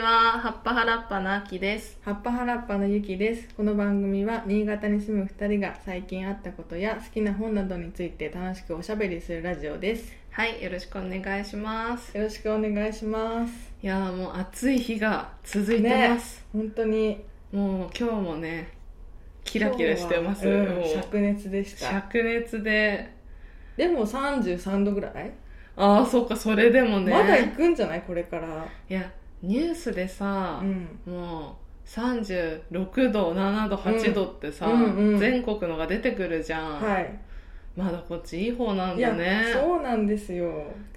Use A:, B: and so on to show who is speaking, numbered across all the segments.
A: は、葉っぱ原っぱの秋です。
B: 葉っぱ原っぱのゆきですこの番組は新潟に住む2人が最近あったことや好きな本などについて楽しくおしゃべりするラジオです
A: はい、よろしくお願いします。
B: よろしくお願いします
A: いやーもう暑い日が続いてます。
B: 本当に
A: もう今日もね、キラキラしてます。
B: 今日はうん
A: もう
B: 灼熱でした
A: 灼熱で、
B: でも33度ぐらい、
A: ああ、そうか、それでもね。
B: まだ行くんじゃないこれから
A: いや、ニュースでさ、
B: うん
A: もう36度、7度、8度ってさ、
B: うんうんうん
A: 全国のが出てくるじゃん。
B: はい
A: まだこっちいい方なん
B: い
A: だ
B: や、
A: ね。
B: そうなんですよ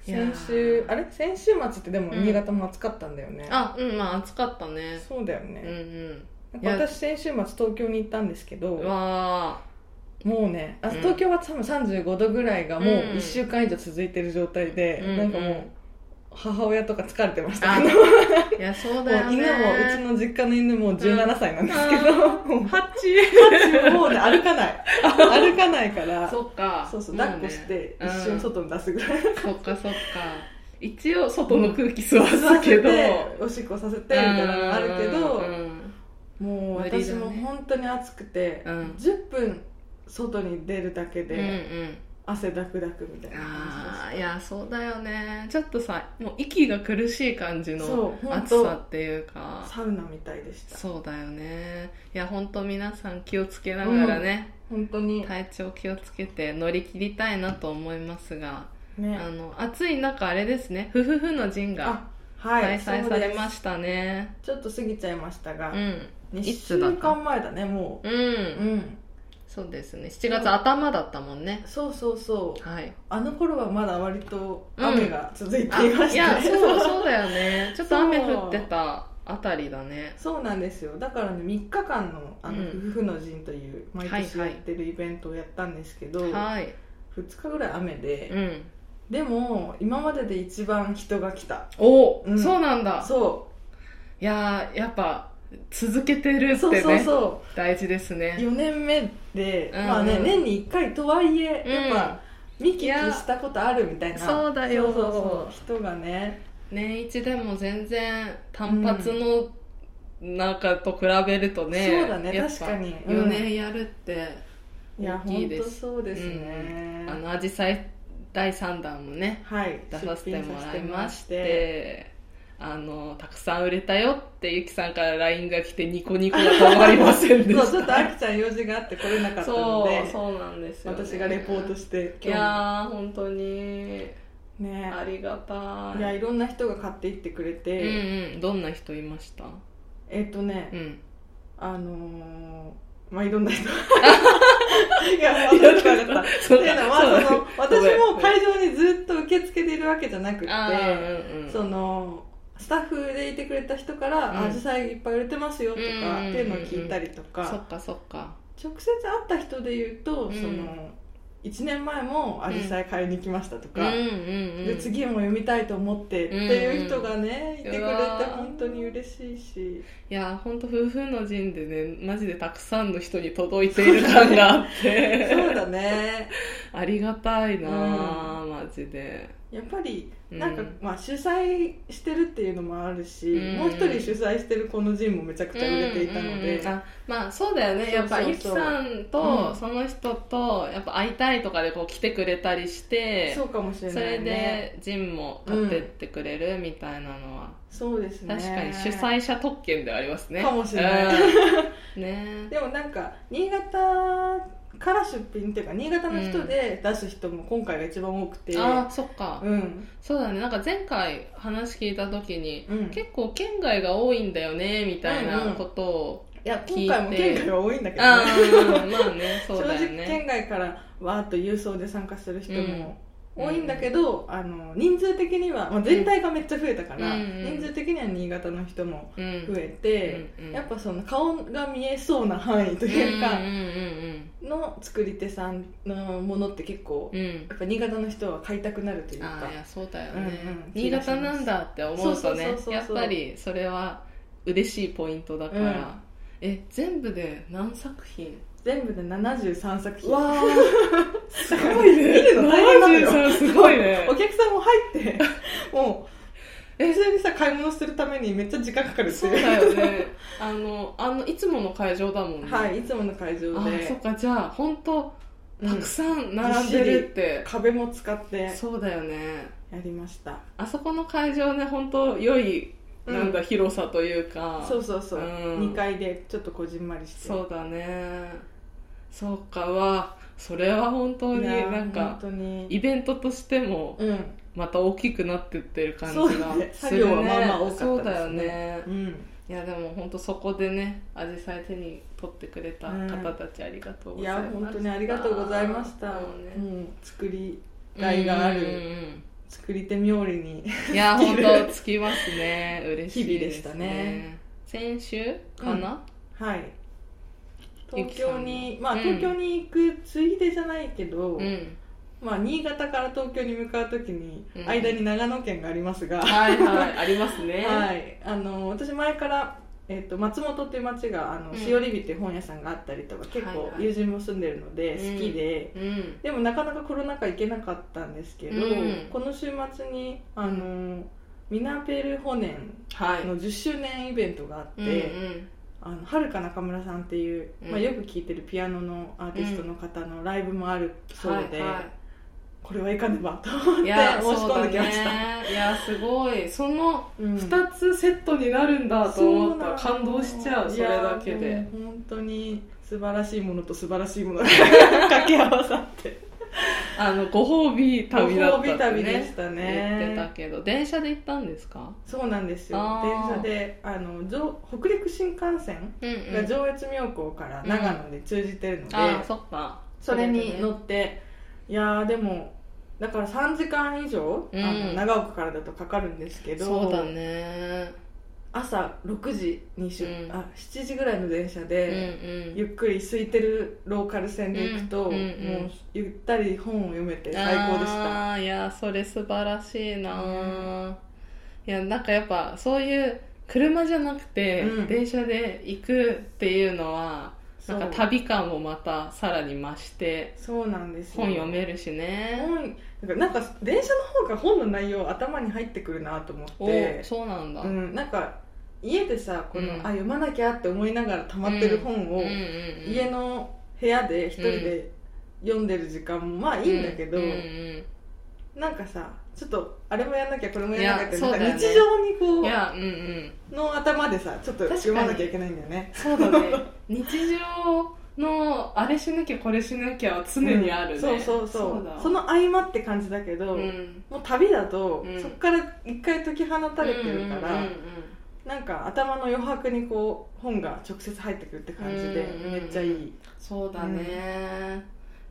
A: いやー
B: 先週あれ先週末ってでも
A: うん
B: 新潟も暑かったんだよね、
A: あ、うん、まあ暑かったね。
B: そうだよ
A: うん
B: ね、
A: うん。
B: なんか私先週末東京に行ったんですけど
A: うわ
B: もうねあ
A: うん
B: 東京は多分35度ぐらいがもう
A: うん
B: 1週間以上続いてる状態で、
A: うん
B: なんかもう母親とか疲れてました
A: あ
B: けど、
A: ー。いや、そうだ
B: もう
A: よね。
B: 犬もうちの実家の犬も17歳なんですけど、も
A: ハッチ
B: うもうね歩か ない歩かないから
A: そっか。
B: そうそう抱っこして
A: もう
B: 一
A: ね
B: 瞬外に出すぐらい、
A: うんそっかそっか。一応外の空気吸わすけど。
B: でおしっこさせてみたいなのがあるけど、
A: うん
B: もう
A: 無理だ
B: 私
A: ね
B: も本当に暑くて、
A: うん
B: 10分外に出るだけ
A: うんう
B: で
A: ん。
B: 汗だくだくみたいな感じです
A: ああ、いや、そうだよね。ちょっとさ、もう息が苦しい感じの
B: そうほん
A: 暑
B: と
A: さっていうか。
B: サウナみたいでした
A: そうだよね。いや、本当皆さん気をつけながらね、
B: 本当に、
A: 体調気をつけて乗り切りたいなと思いますが、
B: ね
A: あの、暑い中あれですね、ふふふの陣が。
B: あはい
A: 開催
B: そう
A: さ
B: です
A: れましたね。
B: ちょっと過ぎちゃいましたが、
A: うん。
B: 2
A: いつだ
B: 週
A: った
B: 間前だねも
A: う
B: う、
A: ん。
B: ん、
A: そうですね。7月頭だったもんね。
B: そうそうそう
A: はい。
B: あの頃はまだ割と
A: うん
B: 雨が続い
A: あ
B: ていまし
A: い
B: た
A: や、
B: ね、
A: そう、
B: そう
A: そうだよね。ちょっと雨降ってたあたりだね。
B: なんですよだからね3日間の「あの
A: うん
B: 夫婦の陣」という毎年
A: は
B: や
A: い
B: っ
A: はい
B: てるイベントをやったんですけど、
A: はい。
B: 2日ぐらい雨で、
A: うん。
B: でも今までで一番人が来た
A: お、
B: うん
A: そうなんだ。
B: そ
A: いやー、やっぱ、続けてる
B: う
A: って
B: そう
A: ね、
B: そうそう
A: 大事ですね。
B: 4年目で、
A: うんうん
B: まあね年に1回とはいえ、
A: うん
B: やっぱ見聞きしたことあるみたいな
A: そうだよ
B: そうそうそう人がね
A: 年一でも全然単発の中と比べるとね、
B: そうだね
A: やっぱ
B: 確かにうん
A: 4年やるって、
B: いや
A: 大きい
B: 本
A: で
B: 当
A: す
B: そうですね、
A: あの、アジサイ第3弾もね、
B: はい
A: 出させてもらいまして
B: 出
A: あのたくさん売れたよってゆきさんから LINE が来てニコニコが止まりま せんで
B: 品さ
A: した
B: せてもらいまして そうちょっとあきちゃん用事があって来れなかったの
A: そう
B: で
A: そうなんですよ、ね、
B: 私がレポートして
A: い
B: 今
A: やー本当に
B: 日ね
A: ありがたい
B: いやいろんな人が買っていってくれて、
A: うんうんどんな人いました
B: えっ、とね、
A: うん
B: あのー、まあいろんな人いやもう分かった分かったって
A: そう
B: いうのはその
A: そうだ
B: 私も会場にずっと受け付けてるわけじゃなくて
A: あーうんうん
B: そのスタッフでいてくれた人から
A: うん
B: 「アジサイいっぱい売れてますよ」とか
A: うんうんうんう
B: っ
A: ん
B: ていうのを聞いたりと
A: そ
B: か
A: っかそっか
B: 直接会った人で言うと
A: うん
B: その1年前もアジサイ買いに来ましたと
A: うん
B: か
A: うんうん
B: で次も読みたいと思ってっていう人がねいてくれて
A: うわ
B: 本当に嬉しいし
A: いや本当夫婦の陣でねマジでたくさんの人に届いている感があっ
B: そ
A: て
B: うだね
A: ありがたいなあ、マジで。
B: やっぱり
A: うん
B: なんか、まあ主催してるっていうのもあるし、
A: うん
B: もう一人主催してるこのジンもめちゃくちゃ売れていたので、
A: うんうんうんあまあそうだよねやっぱ
B: そう
A: ゆ
B: そうそ
A: き
B: う
A: さん
B: う
A: と
B: ん
A: その人とやっぱ会いたいとかでこう来てくれたりして
B: そうかもしれ
A: そ
B: な
A: れ
B: いね
A: でジンも買ってってくれるみたいなのは、
B: そうですね
A: 確かに主催者特権ではありますね
B: かもしれない
A: うんね
B: でもなんか新潟から出品っていうか新潟の人で出す人も今回が一番多くて
A: ああそっか、
B: うん
A: そうだねなんか前回話聞いた時に、
B: うん
A: 結構県外が多いんだよねみたいなことを、
B: いや
A: 聞いて
B: 今回も県外は多いんだけど
A: あ
B: ね
A: あまあねそう
B: 正
A: だよ
B: 直
A: ね
B: 県外からわーっと郵送で参加する人も多いんだけど、あの人数的には、まあ、全体がめっちゃ増えたから、
A: うんうん
B: 人数的には新潟の人も
A: うん
B: 増えて、
A: うんうん
B: やっぱその顔が見えそうな範囲というか
A: うんうんうん
B: の作り手さんのものって結構
A: うんうん
B: やっぱ新潟の人は買いたくなるという
A: あ
B: か
A: あいやそうだよ
B: うんう
A: ね、
B: ん
A: 新潟なんだって思う
B: そ
A: と
B: うそうそう
A: ね
B: そうそう
A: やっぱりそれは嬉しいポイントだか
B: う
A: ら、
B: ん
A: え全部で何作品
B: 全部で73作品
A: わあ す
B: 見るの大変なのよ
A: すごいね
B: お客さんも入ってもえそれにさ買い物するためにめっちゃ時間かかるって
A: そう
B: いう
A: だよねあのあのいつもの会場だもんね、
B: はいいつもの会場
A: あ
B: で
A: そっかじゃあ本当
B: うん
A: たくさん並んでるって、
B: 壁も使って
A: そうだよね
B: やりました
A: あそこの会場ね本当良いなんだ、
B: う
A: 広さというか
B: そうそうそう、
A: うん
B: 2階でちょっとこじんまりして
A: そうだねそうかはそれは本当に
B: いやー
A: なん
B: 本
A: か
B: 当に
A: イベントとしても
B: うん、
A: また大きくなってってる感じ
B: そう
A: が
B: だね
A: す
B: 作
A: るね
B: 業はまあまあ多かったですね
A: そうだよね
B: うん、
A: いやでも本当そこでねアジサイ手に取ってくれた方たちありがとう
B: い
A: ございま
B: や
A: した、
B: 本当にありがとうございました、
A: も
B: う
A: うね
B: ん、作りがいがある
A: うんうん
B: 作り手冥利に
A: うん いや本当つきますね嬉しい
B: 日々でしたね
A: 先週かな、
B: はい
A: ゆ
B: 東
A: きさ
B: 京
A: ん
B: にまあ
A: うん
B: 東京に行くついでじゃないけど、
A: うん
B: まあ新潟から東京に向かう時に、
A: うん
B: 間に長野県がありますが、
A: はい はいありますね
B: はい、あの私前から、えっと松本っていう町があの、
A: うん
B: しおりびっていう本屋さんがあったりとか結
A: はい
B: 構
A: はい
B: 友人も住んでるので好きで、
A: うん
B: でもなかなかコロナ禍行けなかったんですけど、
A: うん
B: この週末にあのミナペルホネ
A: はい
B: ンの10周年イベントがあって、
A: うん
B: あのはるか中村さんっていう、まあ、
A: うん
B: よく聴いてるピアノのアーティストの方のライブもある
A: うん、
B: そうで、
A: はいはい
B: これはいかねば と思って申
A: い
B: し
A: や
B: 込んできまし
A: そう
B: た。
A: だねいやすごいその
B: うん
A: 2つセットになるんだと思ったら感動しちゃうそれだけ
B: いや
A: で
B: もう本当に素晴らしいものと素晴らしいものが 掛け合わさって
A: あのご褒美旅だった
B: ご褒美
A: って
B: 旅でし
A: ね
B: たね
A: 言ってたけど電車で行ったんですか
B: そうなんですよ
A: あ
B: 電
A: ー
B: 車であの上北陸新幹線
A: うんうん
B: が上越妙高から長野で通じてるので、
A: あそっか
B: それに乗っていやーでもだから3時間以上、あ
A: う
B: の
A: ん
B: 長岡からだとかかるんですけど
A: そうだね
B: 朝6時に出、
A: うん
B: あ7時ぐらいの電車
A: うんう
B: で、
A: ん
B: ゆっくり空いてるローカル線で行くと、
A: うんうんうん
B: もうゆったり本を読めて最高でした
A: あーいやそれ素晴らしいな、
B: うん
A: いやなんかやっぱそういう車じゃなくて、
B: うん
A: 電車で行くっていうのはなんか
B: そう
A: 旅感もまたさらに増して
B: そうなんですよ
A: 本読めるしね、
B: 本なんかなんか電車の方が本の内容頭に入ってくるなと思っ
A: お
B: て
A: そうなんだ、
B: うん、なんか家でさこの、
A: うん
B: あ読まなきゃって思いながら溜まってる本を、
A: うんうんうん
B: 家の部屋で一人で読んでる時間もまあいいんだけど、
A: ううん
B: なんかさちょっとあれもやんなきゃこれもやんなきゃって
A: いや
B: なんか
A: そうだよ
B: 日
A: ね
B: 常にこ
A: う
B: うん
A: いやうんうん
B: の頭でさちょっと
A: 確かに
B: 読まなきゃいけないんだよね
A: そうだね 日常のあれしなきゃこれしなきゃは常にあるね、
B: うんそうそうそう
A: だ
B: その合間って感じだけど、
A: うん
B: もう旅だと、
A: うん
B: そこから一回解き放たれてるから、
A: うんうんうんうん
B: なんか頭の余白にこう本が直接入ってくるって感じで、
A: うんうん
B: めっちゃいい
A: そうだね、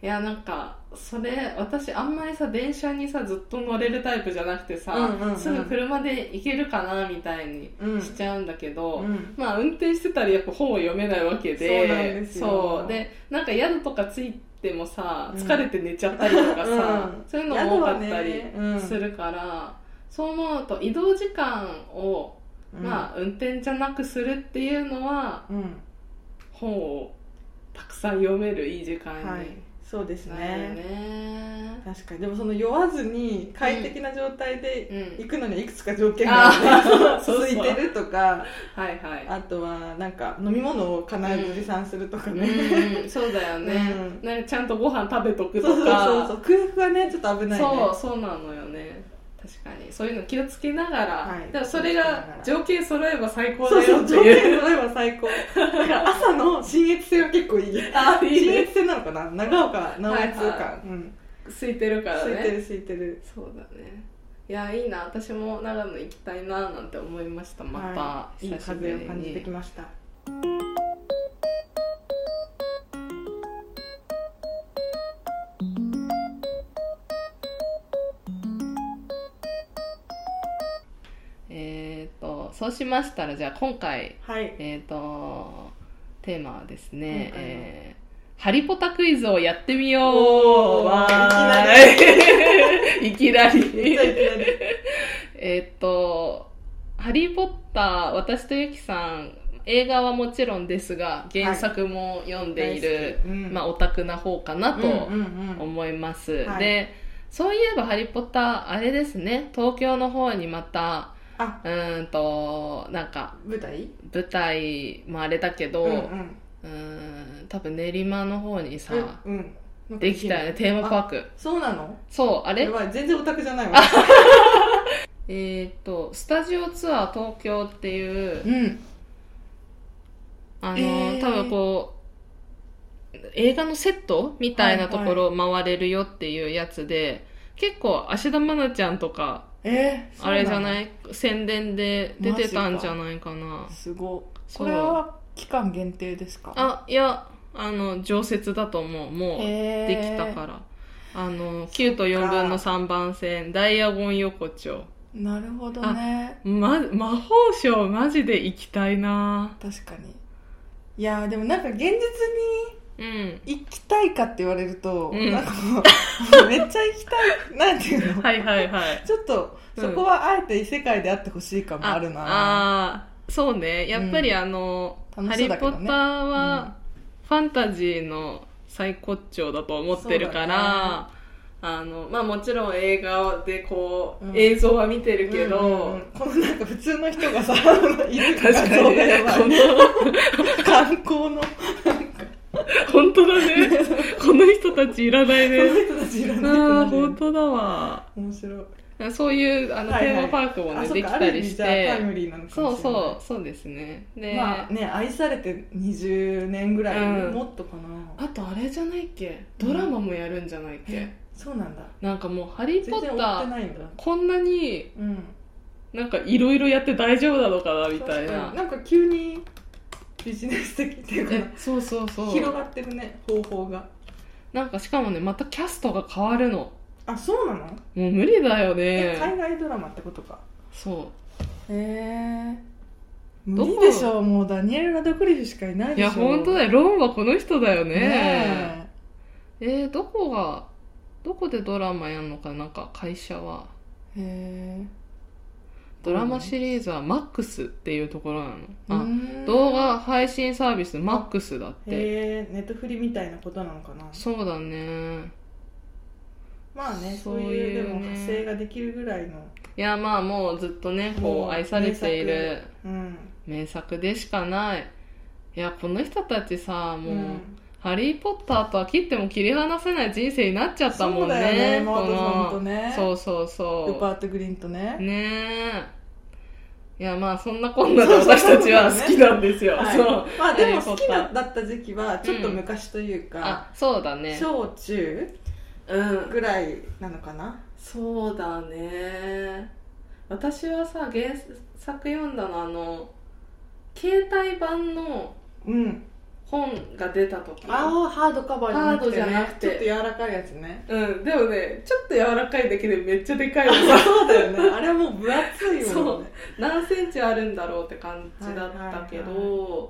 A: いやなんかそれ私あんまりさ電車にさずっと乗れるタイプじゃなくてさ、
B: うんうんうん
A: すぐ車で行けるかなみたいに
B: うん
A: しちゃうんだけど、
B: うん
A: まあ運転してたらやっぱ本を読めないわけで
B: そうなんですよ
A: そうでなんか宿とか着いてもさ
B: うん
A: 疲れて寝ちゃったりとかさ、
B: うん
A: そういうのも多かった
B: 宿は
A: り
B: ねうん
A: するから、そう思うと移動時間を、まあ運転じゃなくするっていうのは
B: あうん
A: 本をたくさん読めるいい時間に
B: はいそうですね
A: なるよね。
B: 確かにでもその酔わずに快適な状態
A: う
B: で
A: ん、
B: 行くのにはいくつか条件があって、
A: あ ー
B: 続いてるとか
A: はいは
B: あとはなんか飲み物を必ず持参するとか
A: い、
B: ね、
A: うん、そうだよね、
B: う
A: なんかちゃんとご飯食べとくと
B: そうそう
A: か
B: そうそう空腹はねちょっと危ないね
A: そうそうなのよね確かにそういうの気をつけながら、
B: はい
A: でもそれ
B: 気をつけなが
A: が
B: ら
A: 条件揃えば最高
B: そう
A: だ
B: そ
A: よ
B: う
A: って
B: 条
A: いう
B: 件揃えば最高だから朝の新越線は結構いい
A: あいい
B: 新
A: ね
B: 越線なのかな長岡直江通
A: はいは
B: かうん
A: 空いてるから
B: 空いて
A: ね
B: る空いてる
A: そうだねいやいいな私も長野行きたいななんて思いましたまた、
B: はいいい
A: 久しぶり
B: 風を
A: に
B: 感じてきました
A: えー、とそうしましたらじゃあ今回、
B: はい
A: えー、とテーマはです
B: 今
A: ね
B: 回の
A: えーハリポタクイズをやってみよう
B: おー
A: わーいいきな
B: めっちゃい
A: り
B: きなり
A: えっと「ハリー・ポッター」私とゆきさん映画はもちろんですが原作も読んでいる、
B: 大好きうん
A: まあ、オタクな方かなと
B: うんうん
A: 思います、
B: はい
A: でそういえば「ハリポタ」あれですね東京の方にまた
B: あ
A: うーんとなんか
B: 舞台
A: 舞台もあれだけど、う
B: うん
A: ん多分練馬の方にさ、
B: うんうんなんか
A: できたよねテーマパーク
B: そうなの
A: そうあ
B: や
A: れ
B: ばい全然オタクじゃないわ
A: えっ、とスタジオツアー東京っていう
B: うん
A: あの、
B: えー
A: 多分こう、映画のセットみたいなところを回れるよっていうやつで、結構、芦田愛菜ちゃんとか、
B: えー、
A: あれじゃないい宣伝で出てたんじゃないかな。
B: すごい
A: そ
B: こ
A: う
B: れは期間限定ですか
A: あ、いや、あの、常設だと思う。もう、
B: へー
A: できたから。あの、9と4分の3番線、ダイヤゴン横丁。
B: なるほどね
A: ま、魔法省マジで行きたいな
B: 確かにいやーでもなんか現実に
A: うん。
B: 行きたいかって言われると、
A: うん
B: なんかも うめっちゃ行きたいなんていうの、
A: はいはいはい。
B: ちょっとそこはあえて異世界であってほしい感も あるな
A: ああそうねやっぱりあの、
B: うん
A: ハ
B: 楽し
A: リ
B: そうだけ
A: ー・ポ
B: どね
A: ッター」はファンタジーの最高潮だと思ってるか
B: そうだ
A: ら、あのまあ、もちろん映画でこう、
B: うん
A: 映像は見てるけど、
B: うんうんうんこのなんか普通の人がさいる
A: 確かにね
B: 画像がやばい
A: この
B: 観光のこ
A: 本当だ ねこの人たちいらないね
B: の人たちいらない
A: あ
B: と
A: あ
B: 思
A: 本
B: う
A: 当だわ
B: 面白い
A: そういうあの、
B: はい
A: テ
B: は
A: ー
B: い
A: マパークも
B: あ
A: ね
B: そっ
A: でき
B: か
A: た
B: ある意
A: り
B: 味
A: し
B: じゃあタイ
A: て
B: ムリーなのか
A: そ
B: も
A: う
B: しれない
A: そうそうですねで、
B: まあね愛されて20年ぐらい、
A: うん
B: もっとかな
A: あとあれじゃないっけドラマもやるんじゃないっけ、
B: えそうなんだ
A: なんかもう「ハリー・
B: 全
A: ポ
B: 然
A: ッ
B: 追
A: タ
B: って
A: ー
B: ないんだ」
A: こんなに
B: うん
A: なんかいろいろやって大丈夫なのかなみた
B: 確
A: い
B: かにな
A: な
B: んか急にビジネス的っていう
A: え
B: か
A: そうそうそ
B: 広
A: う
B: がってるね方法が
A: なんかしかもねまたキャストが変わるの
B: あそうなの、
A: もう無理だよ
B: え海
A: ね
B: 外ドラマってことか
A: そ
B: へえ
A: ど
B: 無
A: こ
B: 理でしょうもうダニエル・ラドクリフしかいないう
A: い
B: でしょ
A: や本当だよロンはこの人だよね
B: ね
A: えーどこがどこでドラマやんのかなんか会社は
B: えへえ
A: ドラマシリーズは MAX っていうところなの
B: う
A: あ
B: ん
A: 動画配信サービス MAX だって
B: へえネットフリみたいなことなのかな
A: そうだね
B: まあね
A: そ
B: そうう
A: い
B: いううでも
A: ね
B: 派生ができるぐらいの
A: いやまあもうずっとねこ
B: も
A: う
B: う
A: 愛されている
B: うん
A: 名作でしかないいやこの人たちさもう、
B: うん
A: ハリー・ポッター」とは切っても切り離せない人生になっちゃったもんね
B: そうだよね
A: こ
B: マートさん
A: の
B: とね
A: そうそうそう
B: ルパート・グリーンとね
A: ねえいやまあそんなこんなで私たち は好きなんですよ、
B: はい
A: そう
B: まあでも
A: ハリーポ
B: 好
A: ッ
B: き
A: ター
B: なだった時期はちょっと昔というか、
A: あそうだね
B: 小中
A: うん
B: ぐらいなのかな
A: そうだね私はさ原作読んだのあの携帯版の
B: うん
A: 本が出た時
B: ああハードカバーじゃなくて,、ね、
A: ハードじゃなくて
B: ちょっと柔らかいやつね
A: うん、でもね、ちょっと柔らかいだけでめっちゃでかいの さ、
B: そうだよねあれはもう分厚い よね
A: そう何センチあるんだろうって感じだったけど、
B: はいはい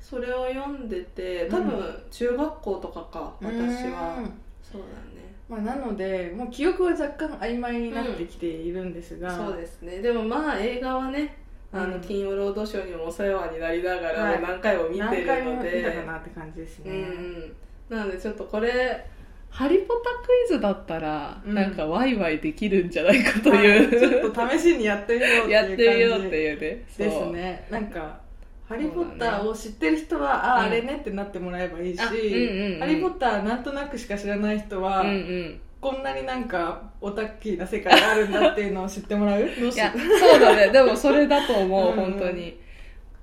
A: それを読んでて、多分中学校とかか、私
B: う
A: は。
B: ん
A: そうだ
B: まあ、なのでもう記憶は若干曖昧になってきているんですが、
A: ね。そうですね。でもまあ映画はね、あの、
B: うん
A: 金曜ロードショーにもお世話になりながら、
B: はい
A: もう何回も見て
B: 何
A: る
B: 回
A: の
B: も見たか
A: で。
B: なって感じですね、
A: うんうん。なのでちょっとこれ、ハリポタクイズだったら、
B: うん
A: なんかワイワイできるんじゃないかと
B: はい
A: いう、
B: ちょっと試しにやってみようっていう感じ
A: やってみようっていうね。そう
B: ですねなんか「ハリー・ポッ
A: そうだ
B: ター」
A: ね
B: を知ってる人は「あああれね」ってなってもらえばいいし「
A: あうんうんうん
B: ハリー・ポッター」なんとなくしか知らない人は、
A: うんうん。
B: こんなになんかオタッキーな世界があるんだっていうのを知ってもらうどう
A: い
B: し
A: や、そうだね。でもそれだと思
B: う
A: う、
B: んうん
A: 本当に。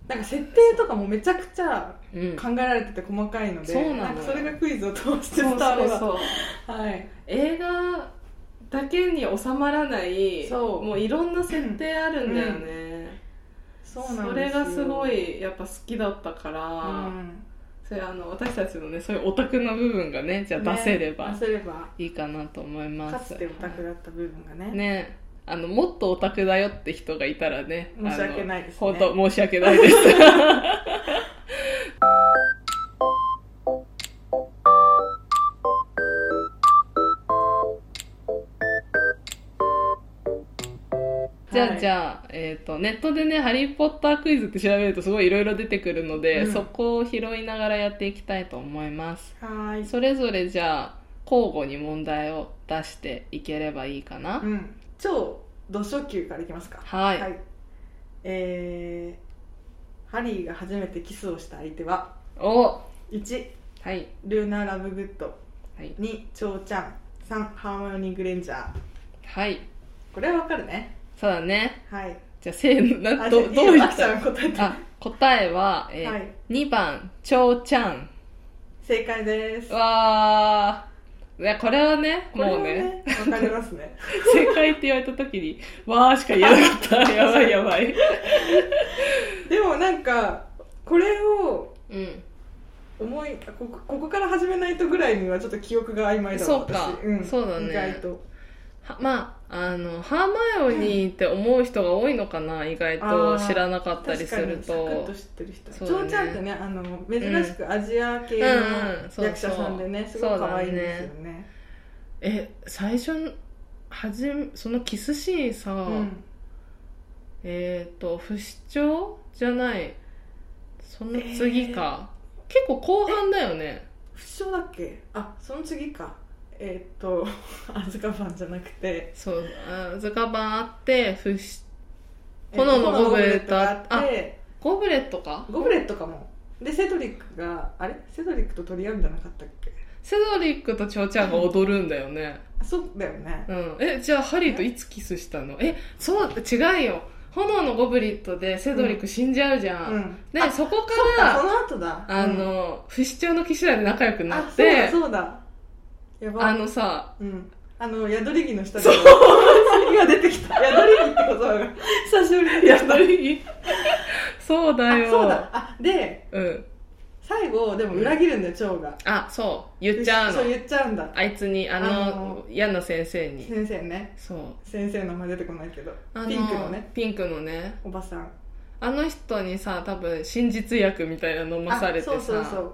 B: なんか設定とかもめちゃくちゃ
A: うん。
B: 考えられてて細かいので
A: そうなのよ
B: んかそれがクイズを通して
A: そ
B: 伝わ
A: うそ
B: れ
A: う
B: ば
A: そう。
B: はい
A: 映画だけに収まらない、
B: そう
A: もういろんな設定あるんだよね。
B: そうなんで
A: れ
B: すよ
A: がすごいやっぱ好きだったから、
B: うん
A: それあの私たちのね、そういうオタクな部分がね、じゃあ出せれば
B: ね出せれば
A: いいかなと思います。
B: かつてオタクだった部分がね
A: ねあのもっとオタクだよって人がいたらね
B: 申し訳ないですね
A: あの本当申し訳ない ですじゃ
B: は
A: あ
B: い
A: じゃあ、えー、とネットでね「ハリー・ポッタークイズ」って調べるとすごいいろいろ出てくるので、
B: うん
A: そこを拾いながらやっていきたいと思います
B: はーい
A: それぞれじゃあ交互に問題を出していければいいかな、
B: うん、超土初級からいきますか
A: はい、
B: はいえーハリーが初めてキスをした相手は
A: お
B: 1
A: はい
B: ルーナ・ラブグッド
A: はい
B: 2チョウちゃん3ハーモニー・グレンジャー
A: はい
B: これはわかるね
A: そうだね
B: はい
A: じゃあせーのな
B: あ
A: ど
B: じゃあ
A: どう
B: いい
A: い
B: よあ
A: っ
B: きちゃ
A: た
B: ん答えて
A: あ答えは、えー
B: はい
A: 2番ちょうちゃん
B: 正解です
A: わーいやこれはね
B: これ
A: も
B: は
A: うね
B: ねわかりますね
A: 正解って言われた時に「わー」しか言えなかった やばいやばい
B: でもなんかこれを
A: うん
B: 思いここここから始めないとぐらいにはちょっと記憶が曖昧だ
A: そ
B: わ
A: うか
B: 私
A: そうだね
B: 意外と
A: はまああのハーマイオニーって思う人が多いのかな意外
B: あ
A: と
B: ー
A: 知らなかったり
B: 確
A: す
B: か
A: る
B: にサクッ
A: と
B: と知ってる人
A: そ
B: チ
A: うだね
B: ョウちゃんってねあの珍しくアジア系
A: うんうんそうそう
B: の役者さんでねすごく可愛いんですよね
A: え最初のはじめそのキスシーンさ、
B: うん
A: えっ、と不死鳥じゃないその次か、結構後半だよね
B: 不詳だっけあその次かえーっと アズカバンじゃなくて
A: そうあズカバンあって不死
B: えーっと
A: 炎のゴブレット
B: 炎のゴブレットがあって
A: ゴブレットか
B: ゴブレットかもでセドリックがあれセドリックと取り合うんじゃなかったっけ
A: セドリックとチョウちゃんが踊るんだよね、
B: あそうだよね
A: うん、えじゃあハリーといつキスしたのえそう違うよ炎のゴブレットでセドリック死んじゃうじゃん、
B: うん
A: で
B: あ
A: そこか
B: そう
A: ら
B: かその後だ
A: あ
B: うん
A: の、不死鳥の騎士団で仲良くな
B: あ
A: っ
B: そうだ
A: て
B: そうだやば
A: あ のさ
B: うん、あの宿り木の 下で鳥が出てきた宿り木って言葉が久しぶりに出てきた
A: そうだよ
B: あそうだあで
A: うん
B: 最後でも裏切るんだよ蝶が
A: あそう言っちゃうの
B: そう言っちゃうんだ
A: あいつにあ
B: あ
A: の
B: の
A: 嫌な先生に
B: 先生ね
A: そう
B: 先生の名前出てこないけど
A: あ
B: ピンクのね
A: ピンクのね
B: おばさん
A: あの人にさ多分真実薬みたいなの飲まされてさ
B: あそうそうそう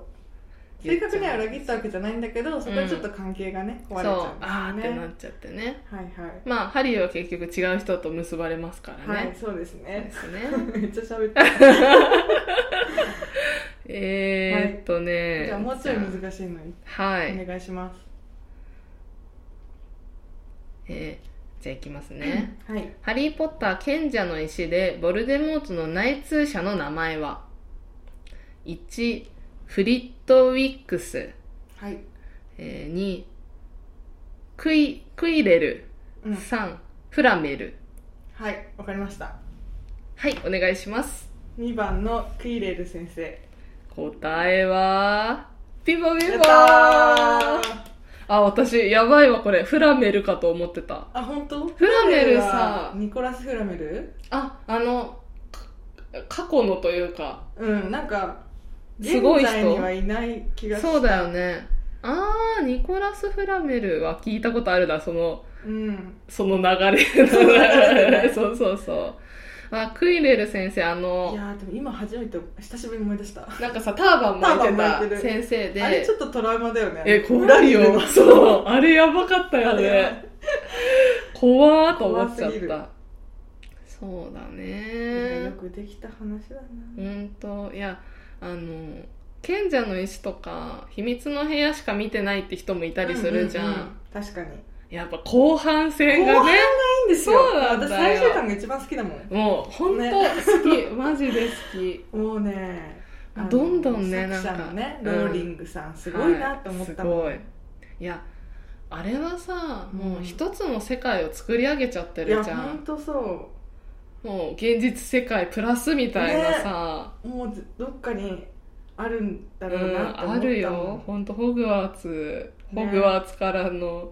A: 言っ
B: 正
A: ちゃ
B: 確
A: う
B: には裏切ったわけじゃないんだけどそこでちょっと関係がね、壊れち
A: そ
B: ゃ
A: うあ
B: うん
A: ーっ
B: です
A: て
B: よ
A: な
B: ね
A: っちゃってね
B: はいはい、
A: まあハリーは結局違う人と結ばれますから
B: はい
A: ね、
B: そうです
A: で
B: ね
A: す ね
B: めっちゃ喋ってる
A: えー、っとね、
B: じゃあもうちょい難しいのに
A: はい、
B: お願いします
A: えーじゃあいきますね。
B: はい
A: ハリー・ポッター賢者の石でボルデモートの内通者の名前は ?1、フリットウィックス。
B: はい、
A: えー2、クイ、クイレル。
B: うん、
A: 3、フラメル。
B: はいわかりました
A: はい、お願いします。
B: 2番のクイレル先生
A: 答えは、ピボピ
B: やっ
A: ボ
B: た
A: ー
B: ー
A: あ、私、やばいわ、これ。フラメルかと思ってた。
B: あ本当
A: フラメルさ
B: はニコラス・フラメル
A: あ、あの、か過去のというか、
B: うんなんか
A: すごい
B: 現
A: 人
B: 在にはいない気がした
A: そうだよねああニコラス・フラメルは聞いたことあるなその
B: うん
A: その流
B: の流れ
A: れ
B: ね
A: そうそうそうあクイレル先生あ
B: い
A: の
B: やーでも今初めて久しぶりに思い出した
A: なんかさターバン巻
B: ターバン巻
A: い
B: い
A: て
B: て
A: た
B: る
A: 先生
B: あれ
A: で
B: ちょっとトラウマだよね
A: え怖いよそうあれやばかった
B: あ
A: よ
B: れは
A: ね怖ーと思っちゃっ
B: 怖すぎる
A: たそうだ
B: いや
A: ね
B: よくできた話だな
A: うんといやあの賢者の石とか秘密の部屋しか見てないって人もいたりするじゃん,、
B: ううう確かに
A: やっぱ後半戦が
B: 後半が
A: ね
B: いいんですよ
A: そうなんだよ
B: 私最終巻が一番好きだもん
A: もう本当
B: ね
A: 好き、 マジで好き
B: もうねあの
A: どんどんね
B: 作者のね
A: な
B: ロ
A: んか
B: ーリングさんすごいなって思ったもん、
A: はいすごいいやあれはさ
B: うん
A: もう一つの世界を作り上げちゃって
B: いや
A: るじゃ
B: 本
A: ん、
B: 当そ
A: もう現実世界プラスみたいなさ、
B: うもうずどっかにあるんだ
A: う
B: ろうなって
A: ん、
B: 思ったもん
A: あるよ本当ホグワーツホ
B: ね
A: グワーツからの、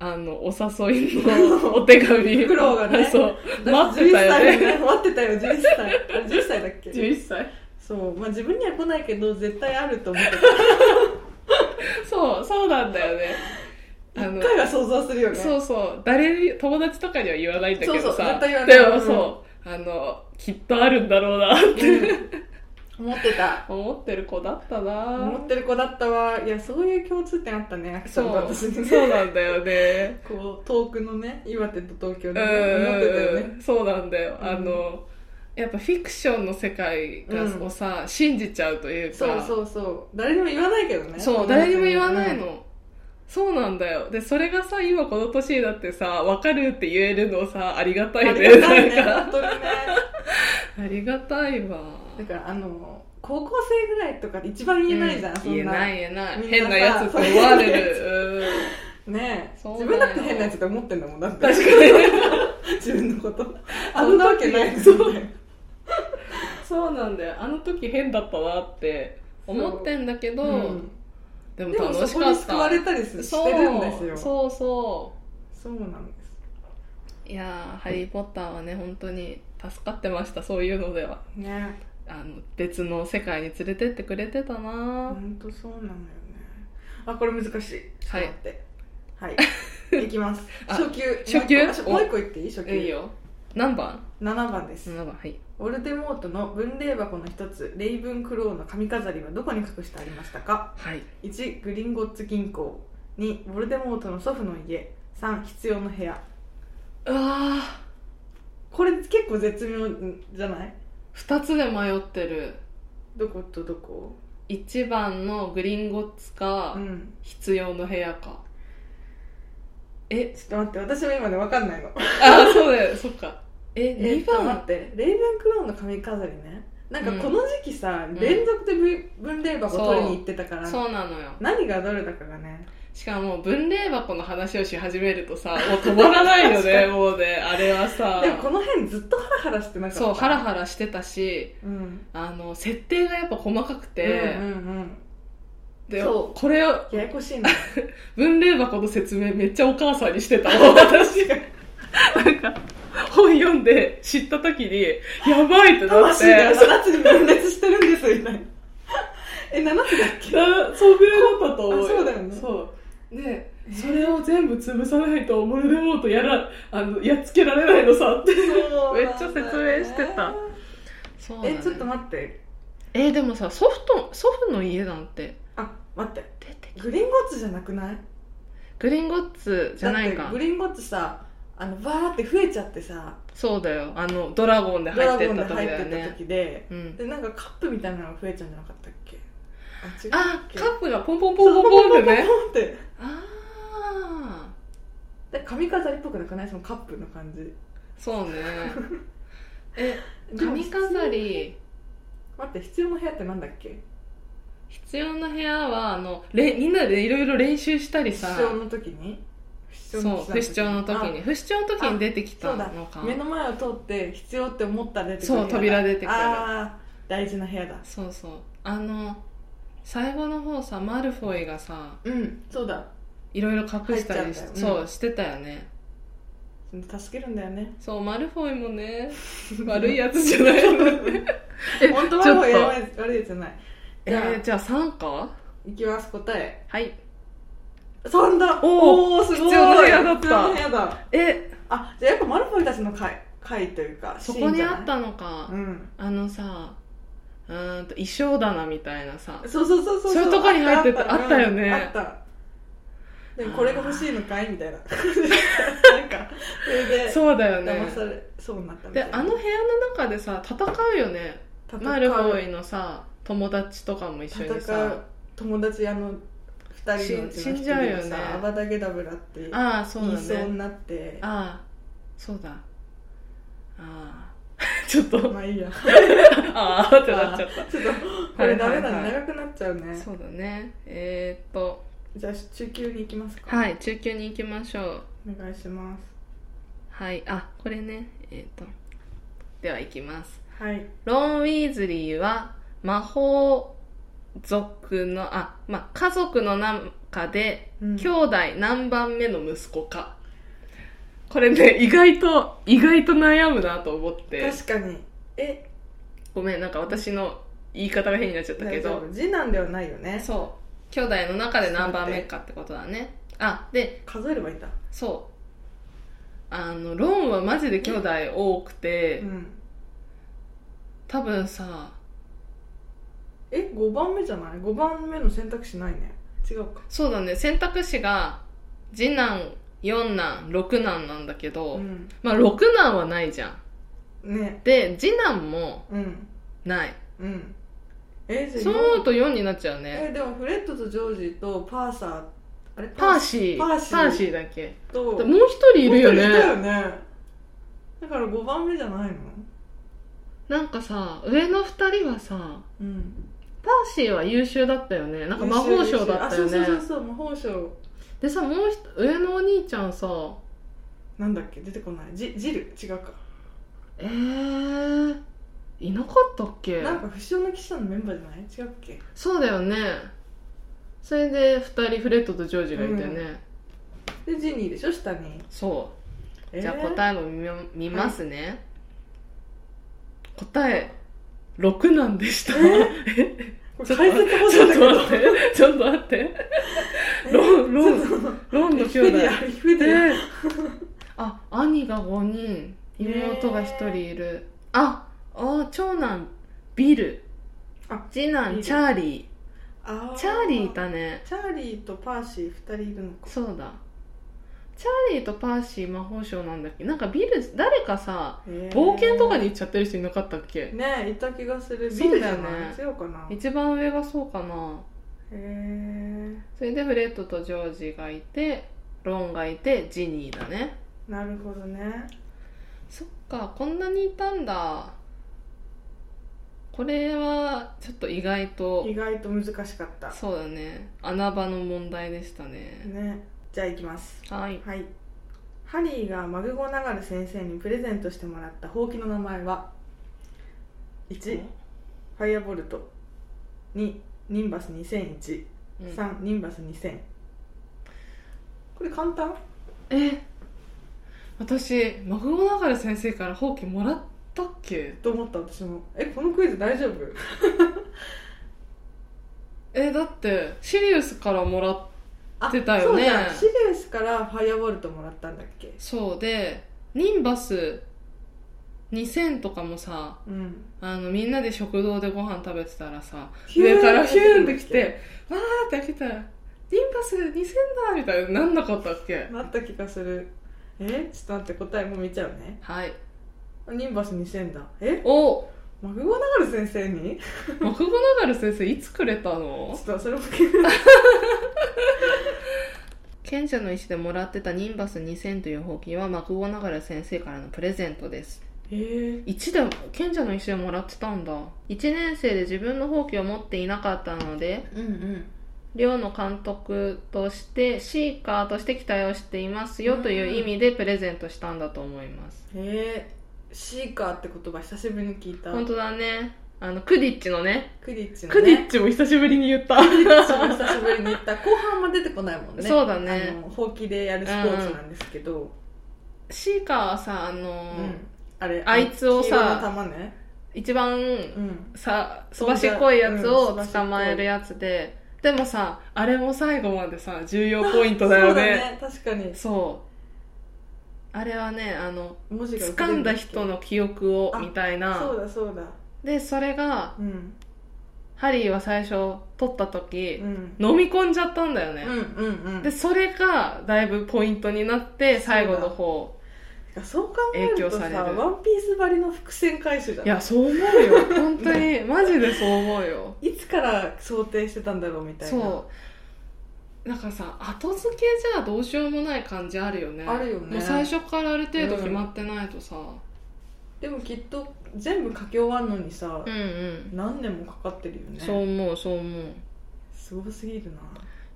A: あのお誘 いのお手紙
B: 苦労がね
A: そう
B: だ
A: 待ってたよ
B: 11歳
A: ね
B: 待ってたよ11歳あれ10歳だっけ
A: 11歳
B: そうまあ自分には来ないけど絶対あると思 って
A: そうそうなんだよねあ
B: た
A: の
B: 一回は想像するよね
A: そうそう誰に友達とかには言わないんだけどさ
B: そうそう絶対言わない
A: でもそう、あのきっとあるんだろうなって
B: うん 思ってた
A: 思ってる子だった
B: 思っ
A: な
B: てる子だったわいやそういう共通点あったねあきち
A: そ
B: ゃんと
A: う
B: 私に
A: そうなんだよね
B: こう遠くのね岩手と東京
A: う
B: で、ね、思ってたよ
A: ん
B: ね
A: そうなんだよ、
B: うん
A: あのやっぱフィクションの世界が
B: うん
A: をさ、信じちゃうというか
B: そうそうそう誰にも言わないけどね
A: そう誰にも言わないの、そうなんだよでそれがさ今この年になってさ分かるって言えるのさありがたい
B: あ
A: ね
B: りがたいね
A: な
B: 本
A: んか
B: 当にね
A: ありがたいわ
B: だからあの高校生ぐらいとかで一番言えないじゃん、
A: う
B: そんな
A: 言えない言えない
B: みんなさ
A: 変なやつと思われる
B: ねえ
A: そうだ
B: 自
A: よ
B: 分だって変なやつって思ってんだもんだって
A: 確かに
B: 自分のことあんなわけないですよね
A: そうなんだよあの時変だったなって思ってんだけど、
B: うん
A: でも
B: でも
A: 楽し
B: そこ
A: か
B: に
A: った
B: 救われたりすしてるんですよ
A: そうそうそ
B: そうなんです
A: ういやーハリー・ポッター」はね本当に助かってましたそういうのでは
B: ね
A: あの別の世界に連れてってくれてたなー、
B: 本当そうなのよねあこれ難しいちょっと待ってはい、 い、きます
A: あ
B: 初級
A: 初級
B: もう一個もう一個言っていい初級
A: いいよ何番
B: 7番です、
A: ?7 番はい
B: ウォルデモートの分霊箱の一つレイブンクローの髪飾りはどこに隠してありましたか
A: はい
B: 1グリンゴッツ銀行2ボルデモートの祖父の家3必要の部屋
A: うわ
B: これ結構絶妙じゃない
A: 2つで迷ってる
B: どことどこ
A: 1番のグリンゴッツか、
B: うん
A: 必要の部屋かえ
B: ちょっと待って私も今ね分かんないの
A: あそうだよそっかえ
B: え
A: 二
B: っと
A: 2
B: 待っ
A: 番
B: てレイブンクローンの髪飾りねなんかこの時期さ、
A: ん
B: 連続でぶ分霊箱取りに行ってたから
A: そうなのよ
B: 何がどれだかがね
A: しかも分霊箱の話をし始める とさもう止まらないよ
B: 確か
A: ねもうねあれはさ
B: でもこの辺ずっとハラハラしてなかった
A: そうハラハラしてたし
B: うん
A: あの設定がやっぱ細かくて、
B: うんうんうん
A: で
B: そ
A: これを
B: ややこしいな
A: 分霊箱の説明めっちゃお母さんにしてたの私がなんか本読んで知った時にやばいってなっ
B: 魂が
A: て
B: 7つに分裂してるんですみたいな え7つだっけ
A: なそうぐらいだったと思う
B: あそうだよね
A: そうでそれを全部潰さないとモルデモートやらあのやっつけられないのさって
B: め
A: めっちゃ説明してたそう
B: えちょっと待って
A: えでもさ祖父と祖父の家なんて
B: あ待って
A: 出てき
B: グリンゴッツじゃなくない
A: グリンゴッツじゃな
B: だ
A: い
B: っ
A: か
B: てグリンゴッツさあのバーって増えちゃってさ
A: そうだよあのドラゴンで
B: ドラ
A: 入っ
B: ゴ
A: てっ
B: ンで
A: た時
B: 入
A: だよ
B: ってた
A: ね
B: 時で
A: うん、
B: でなんかカップみたいなのが増えちゃうんじゃなかったっけあ違う
A: あカ
B: ッ
A: ップがポンポンポンポンポンってね
B: って
A: ああ
B: で髪飾りっぽくなくないそのカップの感じ
A: そう ねえ
B: でも
A: 髪飾り
B: 待って必要な部屋ってなんだっけ
A: 必要な部屋はあのれみんなでいろいろ練習したり
B: 不
A: さ
B: 調の時に
A: そう不死鳥の時に不死鳥の時に出てきた
B: そうだ
A: のか
B: 目の前を通って必要って思ったら出てくる
A: そう扉出てくる
B: ああ大事な部屋だ
A: そうそうあの最後の方さマルフォイがさ
B: うんそうだ
A: いろいろ隠したり
B: 入
A: し
B: っちゃうんだよね
A: そうしてたよね
B: 助けるんだよね
A: そうマルフォイも ね悪いやつじゃないのねえ
B: 本当
A: ちょっ
B: は
A: と
B: やばい悪いじゃない
A: え
B: じゃあ、
A: ーじゃあ3か
B: いきます答え
A: はい
B: 3だ
A: おー
B: おーすごい
A: 必要な部屋だった
B: 必要な部屋だ
A: え
B: あじゃあやっぱマルフォイたちの会会というか
A: そこにあっ
B: シーンじゃ
A: たのか、
B: ないうん
A: あのさうーんと衣装棚みたいなさ
B: そうそうそうそう
A: そういうとこに入ってた
B: あ
A: あったよね
B: うんあったでもこれが欲しいのかいみたいな なんかそれで
A: そうだよね
B: 騙されそうになったみ
A: で
B: たいな
A: あの部屋の中でさ戦うよね
B: 戦う
A: マルフォイのさ友達とかも一緒に
B: 戦う
A: さ
B: 友達あの2人のうち
A: 死
B: の
A: ん
B: 一
A: 死ん
B: 人
A: じゃうよ
B: が
A: ね
B: さ「アバダゲダブラ」って
A: ああそう
B: 言い
A: だ
B: そう
A: ね
B: になって
A: ああそうだあ あちょっと
B: まあ いいや
A: ああってなっちゃっ
B: ちょっとこれダメだ
A: はいはい
B: ね
A: は
B: 長くなっちゃう
A: た
B: ね
A: そうだねえー、っと
B: じゃあ中級に行きますか
A: はい中級に行きましょう
B: お願いします
A: はいあこれねえー、っとでは行きます
B: はい
A: ロン・ウィーズリーは魔法族のあまあ家族の中で
B: うん
A: 兄弟何番目の息子か、これね意外と意外と悩むなと思って
B: 確かにえ
A: ごめんなんか私の言い方が変になっちゃったけ
B: 大丈
A: ど
B: 夫次男ではないよね
A: そう兄弟の中で何番目かってことだねあで
B: 数えればいいんだ
A: そうあのロンはマジで兄弟多くて、
B: うん
A: 多分さ
B: え5番目じゃない5番目の選択肢ないね違うか
A: そうだね選択肢が次男四男六男なんだけど、
B: うん
A: まあ六男はないじゃん
B: ね
A: で次男も
B: うん
A: ない
B: うんえじゃあ
A: そう思うと4になっちゃうね
B: えでもフレッドとジョージとパーサーあれ
C: パーシー
B: パーシー
C: だっけ
B: ーと
A: もう一人いるよ
B: 本当にいたよ
A: ね
B: ねだから5番目じゃないの
A: なんかさ上の二人はさ
B: うん
A: パーシーは優秀だったよねなんか魔法省だったよ
B: あそうそう
A: ね
B: そうそう魔法省
A: でさもうひ上のお兄ちゃんさ
B: なんだっけ出てこないジジル違うか
A: えー、いなかったっけ
B: なんか不祥の記者のメンバーじゃない違うっけ
A: そうだよねそれで2人フレッドとジョージがいたよね、
B: でジニーでしょ下に、
A: そうじゃあ
B: えー
A: 答えも見ま見ますね、答え6なんでしたえ
B: これ
A: ちょっと
B: 解説欲し
A: ち
B: い
A: ょ
B: ん
A: っ
B: だけ
A: と
B: ど
A: 待ってちょっと待ってロンロンロンの
B: ウィ
A: 兄
B: キペ
A: 弟
B: ディアウィキペディア
A: で あ兄が5人妹が1人いる、ああ長男ビル
B: あ
A: 次
B: ビ
A: 男
B: ル
A: チャーリ
B: あ
A: ーチャーリーいたね
B: チャーリーとパーシー2人いるのか
A: そうだチャーリーとパーシー魔法省なんだっけなんかビル誰かさ冒険とかに行っちゃってる人いなかったっけ、
B: ねいた気がするビ
A: そう
B: ル
A: だ
B: じゃ
A: よね
B: ない違うかなへ
A: 一番上がそうかな
B: え
A: それでフレッドとジョージがいてロンがいてジニーだね
B: なるほどね
A: そっかこんなにいたんだこれはちょっと意外と
B: 意外と難しかった
A: そうだね穴場の問題でしたね
B: ねじゃあいきます
A: はい
B: はいハリーがマグゴナガル先生にプレゼントしてもらったほうきの名前は1ファイアボルト2ニンバス2001、
A: うん
B: 3ニンバス2000これ簡単
A: え私マグロ流れ先生からほうきもらったっけ
B: と思った私もえこのクイズ大丈夫
A: えだってシリウスからもらっ
B: あ
A: 出たよね
B: そうだシリウスからファイアボルトもらったんだっけ
A: そうでニンバス2000とかもさ
B: うん
A: あのみんなで食堂でご飯食べてたらさ上からヒューンって来てわーって開けたら「ニンバス2000だ!」みたいになんなかったっけ
B: なった気がするえちょっと待って答えもう見ちゃうね
A: はい
B: あニンバス2000だえ
A: お
B: マグゴナガル先生にち
A: マクゴナガル先生いつくれた
B: ょ
A: の
B: っとそれも
A: 賢者の石でもらってたニンバス2000というほうきはマクゴナガル先生からのプレゼントです
B: えー、
A: 1でも賢者の石をもらってたんだ1年生で自分のほうきを持っていなかったので
B: うんうん
A: 寮の監督としてシーカーとして期待をしていますよという意味でプレゼントしたんだと思います、
B: えー、シーカーって言葉久しぶりに聞いた
A: 本当だねあのクディッチのね
B: クリッチのね
A: クディッチも久しぶりに言った
B: 私も久しぶりに行った後半は出てこないもんね
A: そうだね
B: あのほうきでやるスポーツなんですけど、
A: シーカーはさあのー、
B: うんあれ
A: あいつを
B: 黄
A: さ
B: 色の玉ね
A: 一番
B: うん
A: さすばしっこいやつを捕まえるやつで、でもさあれも最後までさ重要ポイントだ
B: そ
A: よね
B: うだね確かに
A: そうあれはねあの
B: 文字が
A: 掴んだ人の記憶を
B: あ
A: みたい
B: そ
A: な
B: うだそうだ
A: でそれが
B: うん
A: ハリーは最初取った時
B: う、ん
A: 飲み込んじゃったんだよ
B: う
A: ね、
B: んうんうん
A: でそれがだいぶポイントになって最後の方
B: そう考えると
A: 影響さ
B: さ
A: れる
B: ワンピースばりの伏線回収じゃ
A: い
B: ない
A: やそう思うよ本当にマジでそう思うよ
B: いつから想定してたんだろうみたいな
A: そうなんかさ後付けじゃどうしようもない感じあるよね
B: あるよね
A: もう最初からある程度決まってないとさ、
B: でもきっと全部書き終わるのにさ、
A: うん、うん
B: 何年もかかってるよね
A: そう思うそう思う
B: すごすぎるな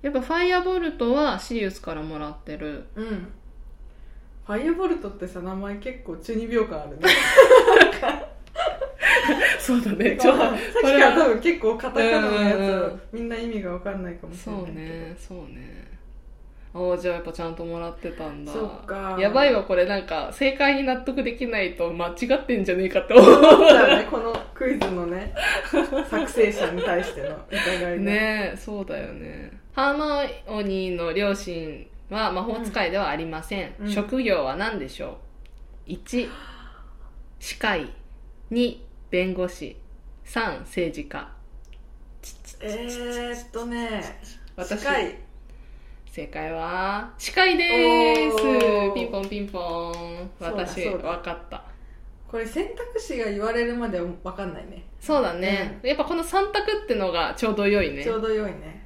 A: やっぱファイアボルトはシリウスからもらってる
B: うんファイアボルトってさ名前結構中二病感あるね
A: そうだ
B: てかさっきから多分結構カタカナのやつ、
A: うんうんうん
B: みんな意味が分かんないかもしれない
A: そう
B: けど
A: ねそうねああじゃあやっぱちゃんともらってたんだ
B: そっか
A: やばいわこれなんか正解に納得できないと間違ってんじゃねえかって思
B: そう
A: う
B: だねこのクイズのね作成者に対しての疑いが
A: ねえそうだよねハーマオニーの両親は魔法使いではありません、
B: うん
A: 職業は何でしょう1歯科医2弁護士3政治家
B: えー、っとね
A: 私
B: 近い
A: 正解は歯科医で
B: お
A: す
B: ー
A: ピンポンピンポン
B: そうだ
A: 私
B: そ
A: わ
B: うだ
A: かった
B: これ選択肢が言われるまでは分かんないね
A: そうだね、やっぱこの3択ってのがちょうど良いね
B: ちょうど良いね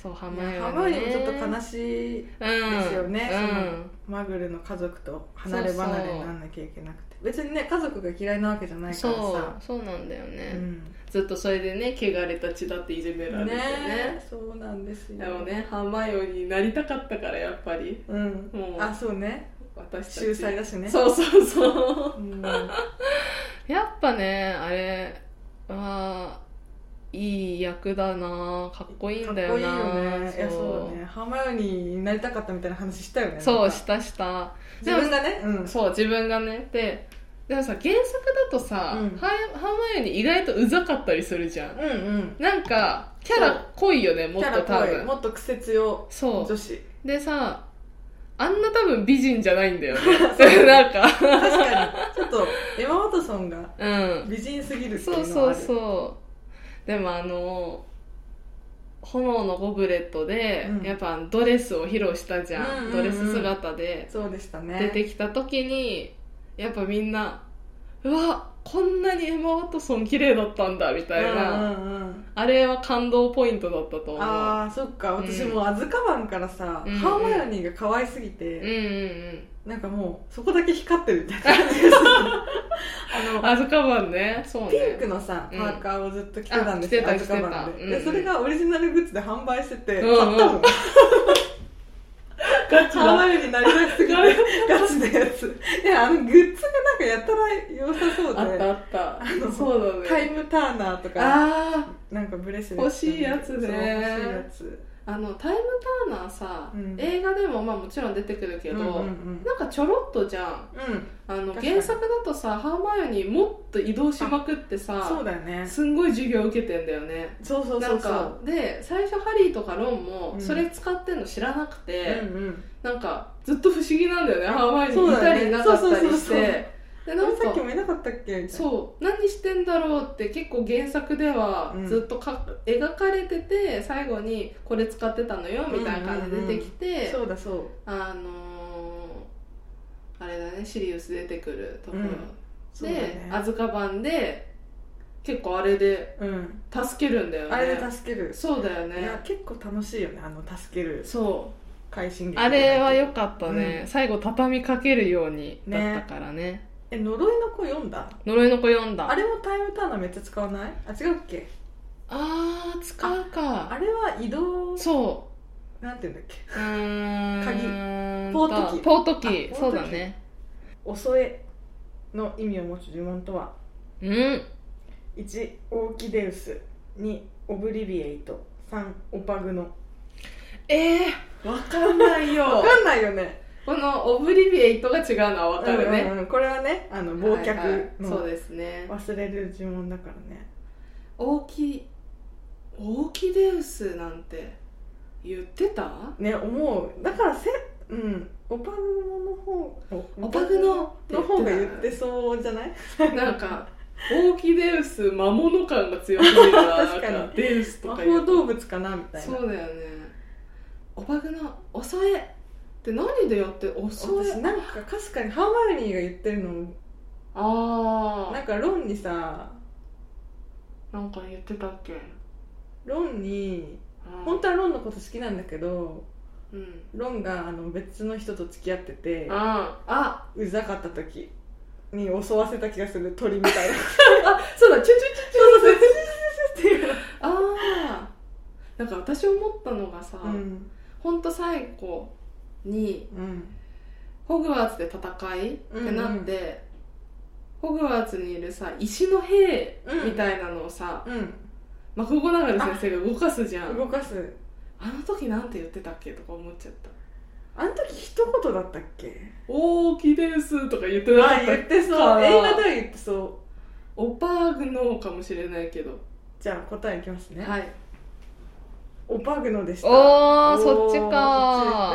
A: そうハ
B: ハ
A: マヨ
B: マイオニもちょっと悲しい
A: うん
B: ですよね、
A: うん
B: そのマグルの家族と離れ離れにならなきゃいけなくて別にね家族が嫌いなわけじゃないか
A: そ
B: ら
A: う
B: さ
A: そうなんだよね、
B: うん
A: ずっとそれでね汚れた血だっていじめられてね
B: ねそうなんですよ
A: でもねハーマイオニーになりたかったからやっぱり
B: うん
A: もう
B: あそうね
A: 私たち
B: 秀才だしね
A: そうそうそう
B: うん、
A: やっぱねあれはいい役だなかっこいいんだよな
B: かっこいいよねいやそうだねハーマイオニーになりたかったみたいな話したよね
A: そう
B: なんか
A: したした
B: 自分がねうん
A: そう自分がねででもさ原作だとさ、
B: うん
A: ハーハーマイオニー意外とうざかったりするじゃん
B: うんうん
A: なんかキャラ濃いよねも
B: キ
A: っ
B: ャ
A: と
B: ラ
A: 多
B: 濃い
A: 分
B: もっと癖強
A: そう
B: 女子
A: でさあんな多分美人じゃないんだよね なんか
B: 確かにちょっとエマ・ワトソンが
A: うん
B: 美人すぎるってい
A: そう
B: うの
A: そ
B: はあ
A: う
B: る
A: そうでもあの炎のゴブレットで、
B: うん
A: やっぱドレスを披露したじゃん,、
B: うんうんうん
A: ドレス姿で
B: そうでしたね
A: 出てきた時にやっぱみんなうわこんなにエマ・ワトソン綺麗だったんだみたいな、
B: うんうんうん
A: あれは感動ポイントだったと思う
B: あーそっか私もうアズカバンからさ、
A: うん
B: ハーマイオニーが可愛すぎ
A: うん
B: て、
A: うんうん
B: なんかもうそこだけ光ってるみたいな感じ がするあの
A: アズカバンねそうね
B: ピンクのさ、
A: うん
B: パーカーをずっと着てたんですよ、
A: あ
B: ア
A: 着て
B: ズ
A: た
B: カバン
A: 着て
B: で,、
A: たうん
B: でそれがオリジナルグッズで販売してて、
A: う
B: 買
A: ん
B: ったもん、
A: うんガチ
B: ハー
A: だ
B: マイオニーになりたすぎてガチなや ついやあのグッズがなんかやたら良さそうで
A: あったあった
B: の
A: そうだ
B: タ
A: ね
B: イムターナーとか
A: あ
B: なんかブレスレット
A: 欲しいやつ
B: そ
A: ね
B: う欲しいやつ
A: ああのタイムターナーさ、
B: うん
A: 映画でもまあもちろん出てくるけど、
B: うんうんうん
A: なんかちょろっとじゃん
B: うん
A: あの
B: 確かに
A: 原作だとさハーマイオニーもっと移動しまくって
B: そう
A: さ
B: だよね
A: すんごい授業受けてんだよね
B: そうそう
A: な
B: そ
A: ん
B: うそう
A: かで最初ハリーとかロンも
B: うん
A: それ使ってんの知らなくて、
B: うんうん
A: なんかずっと不思議なんだよね
B: うん
A: ハーマイオニ
B: そ
A: ー
B: う
A: い
B: だよ
A: た
B: ね
A: りいなかったりし
B: そうそうそう
A: てでなん
B: さっ
A: か
B: きもいなかったっけみたいな
A: そう何してんだろうって結構原作では
B: うん
A: ずっとか、描かれてて最後にこれ使ってたのよみたいな感じで出てきて、
B: そうだそう
A: あのーあれだねシリウス出てくるところ、
B: うんそうだ
A: で
B: ね
A: あずかばんで結構あれで
B: うん
A: 助けるんだよね
B: あれで助ける
A: そうだよ
B: い
A: ね
B: や結構楽しいよねあの助ける
A: そ
B: 快進
A: う
B: 撃
A: あれは良かったね、
B: うん
A: 最後畳みかけるようにだったからね
B: え呪いの子読んだ
A: 呪いの子読んだ
B: あれもタイムターナーめっちゃ使わないあ違うっけ
A: あー使うか
B: あれは移動
A: そう
B: なんていうんだっけ
A: うー
B: 鍵
A: んポ
B: ポー
A: ート
B: ト
A: キ
B: キ
A: ー
B: ーあ
A: ポートキーそうだね
B: 襲えの意味を持つ呪文とは
A: うん
B: 1オーキデウス2オブリビエイト3オパグノ
A: ええわかんない
B: わ
A: よ
B: かんないよね
A: このオブリビエイトが違うのはわかる
B: うん
A: ね
B: うんうんこれはねあの忘却
A: はいはい
B: の
A: そうですね
B: 忘れる呪文だからね
A: 大き大きデウスなんて言って た
B: ね思うだからせうんオパグノの方
A: オパグノって
B: の
A: 言ってた
B: 方が言ってそうじゃない
A: なんか大きデウス魔物感が強すぎるな
B: 確かに
A: なんかデウスと
B: 魔
A: か言
B: 法
A: う
B: 動物かなみたいな
A: そうだよねオバグの「襲え」って何でやって「襲
B: 私
A: え
B: なんかかすかにハーマイオニーが言ってるの」
A: あ
B: な
A: あ
B: んかロンにさ
A: なんか言ってたっけ
B: ロンに
A: 本
B: 本当はロンのこと好きなんだけど
A: うん
B: ロンがあの別の人と付き合ってて
A: ああ
B: うざかった時に襲わせた気がする鳥み たいな
A: そうだチュチュチュチュチュ
B: っていう、
A: ああんか私思ったのがさ、
B: うん
A: ほんと最後に
B: うん、
A: ホグワーツで戦いっ
B: うん
A: てなって、ホグワーツにいるさ石の兵みたいなのをさ、マクゴナガル先生が動かすじゃ
B: うん
A: ん
B: 動かす
A: あの時なんて言ってたっけとか思っちゃった
B: あの時一言だったっけ
A: 「大きいです」とか言ってなか
B: あ
A: った
B: 言ってそう
A: か
B: 映画では言ってそう
A: オパーグのかもしれないけど、
B: じゃあ答えいきますね、
A: はい
B: オパグノでした
A: おーそ
B: お
A: っ
B: ー
A: ちか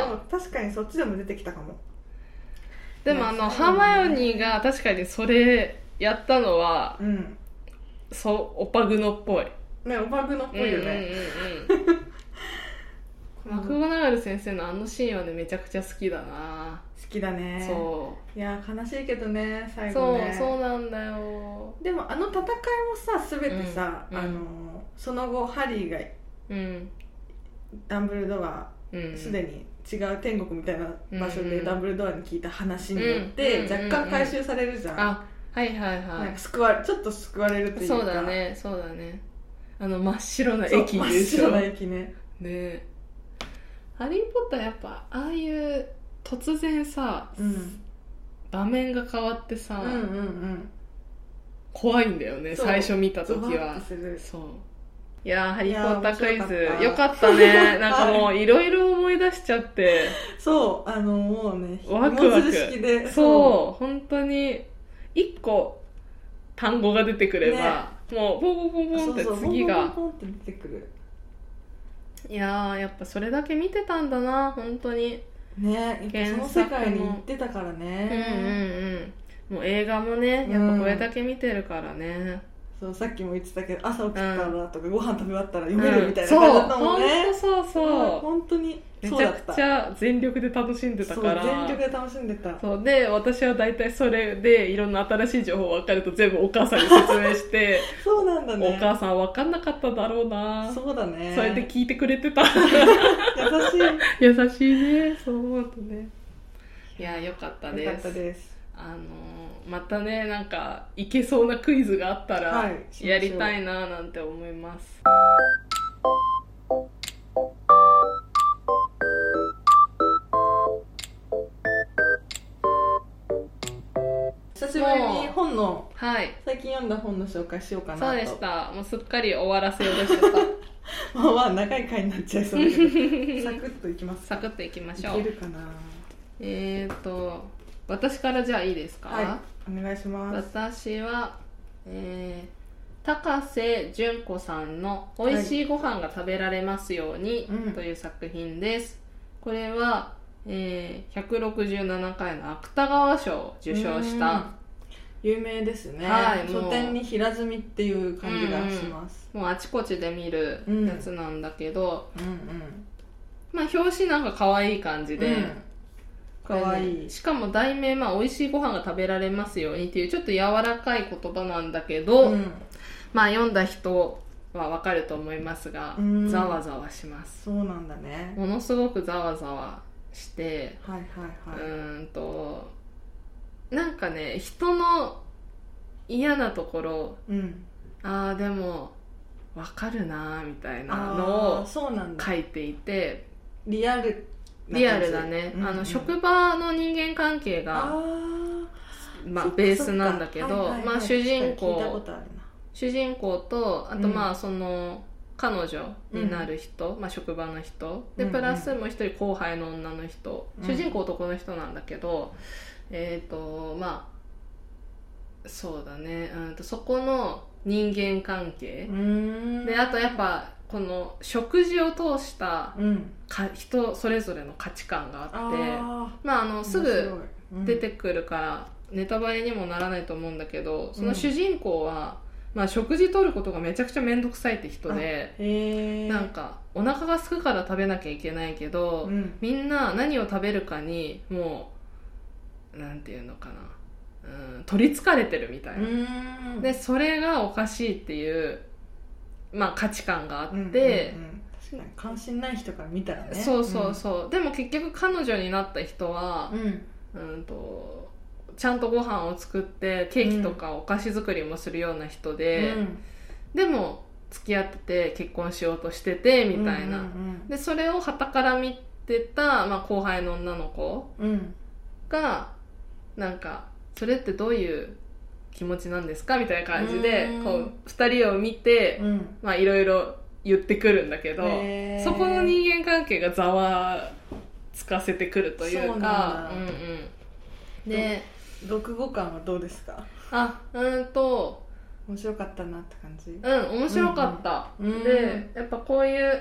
B: そっちでも確かにそっちでも出てきたかも
A: でもあ
B: ね
A: のハーマイオニーが確かにそれやったのは
B: うん
A: そうオパグノっぽい
B: ねオパグノっぽいよね、
A: うんうんうんうんマクゴナガル先生のあのシーンはねめちゃくちゃ好きだな、
B: 好きだね
A: そう
B: いやー悲しいけどね最
A: そ
B: 後
A: う
B: ね
A: そうなんだよ
B: でもあの戦いもさ全てさ、
A: うん
B: あのーその後ハリーが
A: うん
B: ダンブルドア
A: うん
B: すでに違う天国みたいな場所
A: うんう
B: で
A: ん
B: ダンブルドアに聞いた話によって
A: うんうん
B: 若干回収されるじゃん,、
A: あはいはい
B: なん
A: は
B: か救われちょっと救われるってい
A: い
B: うか
A: そうだねそうだねあの真っ白な
B: そう
A: 駅
B: 真
A: で
B: っ
A: しょ
B: 白な
A: ね
B: 駅ね
A: えハリー・ポッターやっぱああいう突然さ
B: うん
A: 場面が変わってさ、
B: うんうん
A: 怖いんだよね
B: そう
A: 最初見た
B: うんゾ
A: 時
B: ワッと
A: は
B: する
A: そういやーハリー・ポッタークイ
B: いやー
A: ズ
B: 面
A: よ
B: 白か
A: か
B: っ
A: った たねなんかもういろいろ思い出しちゃって
B: そうあのもうね
A: ワクワク
B: 紐づる式で
A: そう本当に一個単語が出てくれば、もうポンポンポンポンって次
B: ポ
A: が
B: ンポンポンって出てくる
A: いやーやっぱそれだけ見てたんだな本当に
B: ね
A: 原
B: そ
A: 作
B: の
A: も
B: 世界に行ってたから
A: うんうん
B: ね、
A: うんもう映画もねやっぱこれだけ見てるからね、
B: そうさっきも言ってたけど朝起きたらとか、ご飯食べ終わったら読め
A: う
B: る
A: ん
B: みたいな感じだったもんね、
A: そう本当そ
B: そ
A: う
B: う
A: そう
B: 本当に
A: め
B: そう
A: ち
B: だ
A: ゃ
B: った
A: くちゃ全力で楽しんでたから
B: そう全力で楽しんでた
A: そうで私は大体それでいろんな新しい情報分かると全部お母さんに説明して
B: そうなんだ
A: お
B: ね
A: 母さん分かんなかっただろうな
B: そうだね
A: そうやって聞いてくれて た
B: 優しいよ
A: 優しいねそう思うとねいやよかった
B: か
A: で
B: っ
A: す
B: たです
A: あのーまたねなんかいけそうなクイズがあったら、
B: はい
A: やりたいななんて思います
B: 久しぶりに本の
A: はい
B: 最近読んだ本の紹介しようかなと
A: そうでしたもうすっかり終わらせようとしてた
B: まあまあ長い回になっちゃいそう だけどサクッといきます
A: サクッといきましょ
B: いうけるかな
A: えーと私からじゃあいいですか、
B: はいお願いします
A: 私は、えー高瀬純子さんの「美味しいご飯が食べられますように
B: うん」
A: という作品です。これは、えー167回の芥川賞を受賞し
B: うん
A: た、
B: 有名ですね、
A: はいもう
B: 書店に平積みっていう感じがします
A: もうあちこちで見るやつなんだけど、
B: うん
A: まあ表紙なんか可愛い感じ
B: うん
A: で、
B: かわいい
A: しかも題名、まあ、美味しいご飯が食べられますようにっていうちょっと柔らかい言葉なんだけど、
B: うん
A: まあ読んだ人はわかると思いますが、
B: うん
A: ざわざわします。
B: そうなんだね
A: ものすごくざわざわして、
B: はいはい
A: う
B: はい
A: ーんと、なんかね、人の嫌なところ、
B: うん
A: ああ、でも、わかるなーみたいな
B: あ
A: の
B: ー
A: を
B: そうなんだ
A: 書いていて、
B: リアルな感じ
A: リアルだね。
B: うんうん
A: あの、職場の人間関係が、
B: あ
A: まあ
B: そっかそっか
A: ベースなんだけど、
B: はいはいはい
A: まあ主人
B: 聞いたこ
A: 公、
B: とあるな
A: 主人公とあと
B: うん
A: まあその、彼女になる人、まあ、職場の人で
B: うんうん
A: プラスもう一人後輩の女の人、
B: うん
A: 主人公男の人なんだけどえっ、とまあそうだね、うん、とそこの人間関係
B: う、ーん
A: であとやっぱこの食事を通した
B: うん
A: か人それぞれの価値観があって
B: あ
A: まああの
B: ー
A: す
B: 面
A: ぐ
B: 白い
A: 出てくるからネタバレにもならないと思うんだけどその主人公は、まあ、食事取ることがめちゃくちゃ面倒くさいって人で
B: うんへえ
A: なんかお腹が空くから食べなきゃいけないけど、
B: うん
A: みんな何を食べるかにもうなんていうのかなうん取りつかれてるみたいうな、
B: ーん
A: でそれがおかしいっていう、まあ、価値観があって。
B: うんうんうん確かに関心ない人から見たらね
A: そうそうそう、でも結局彼女になった人は
B: うん、うん
A: うんとちゃんとご飯を作ってケーキとかお菓子作りもするような人で、
B: うん
A: でも付き合ってて結婚しようとしててみたいな、
B: うん
A: でそれを傍から見てた、まあ、後輩の女の子
B: うんうん
A: がなんかそれってどういう気持ちなんですかみたいな感じで
B: うん
A: こう2人を見て
B: うんうん
A: まあいろいろ言ってくるんだけど
B: へー
A: そこの人間関係がざわつかせてくるという
B: そうな
A: か
B: んだ
A: うんうん、で
B: 読語感はどうですか
A: あうーんと
B: 面白かったなって感じ
A: うん面白かった、
B: うんうん
A: でやっぱこういう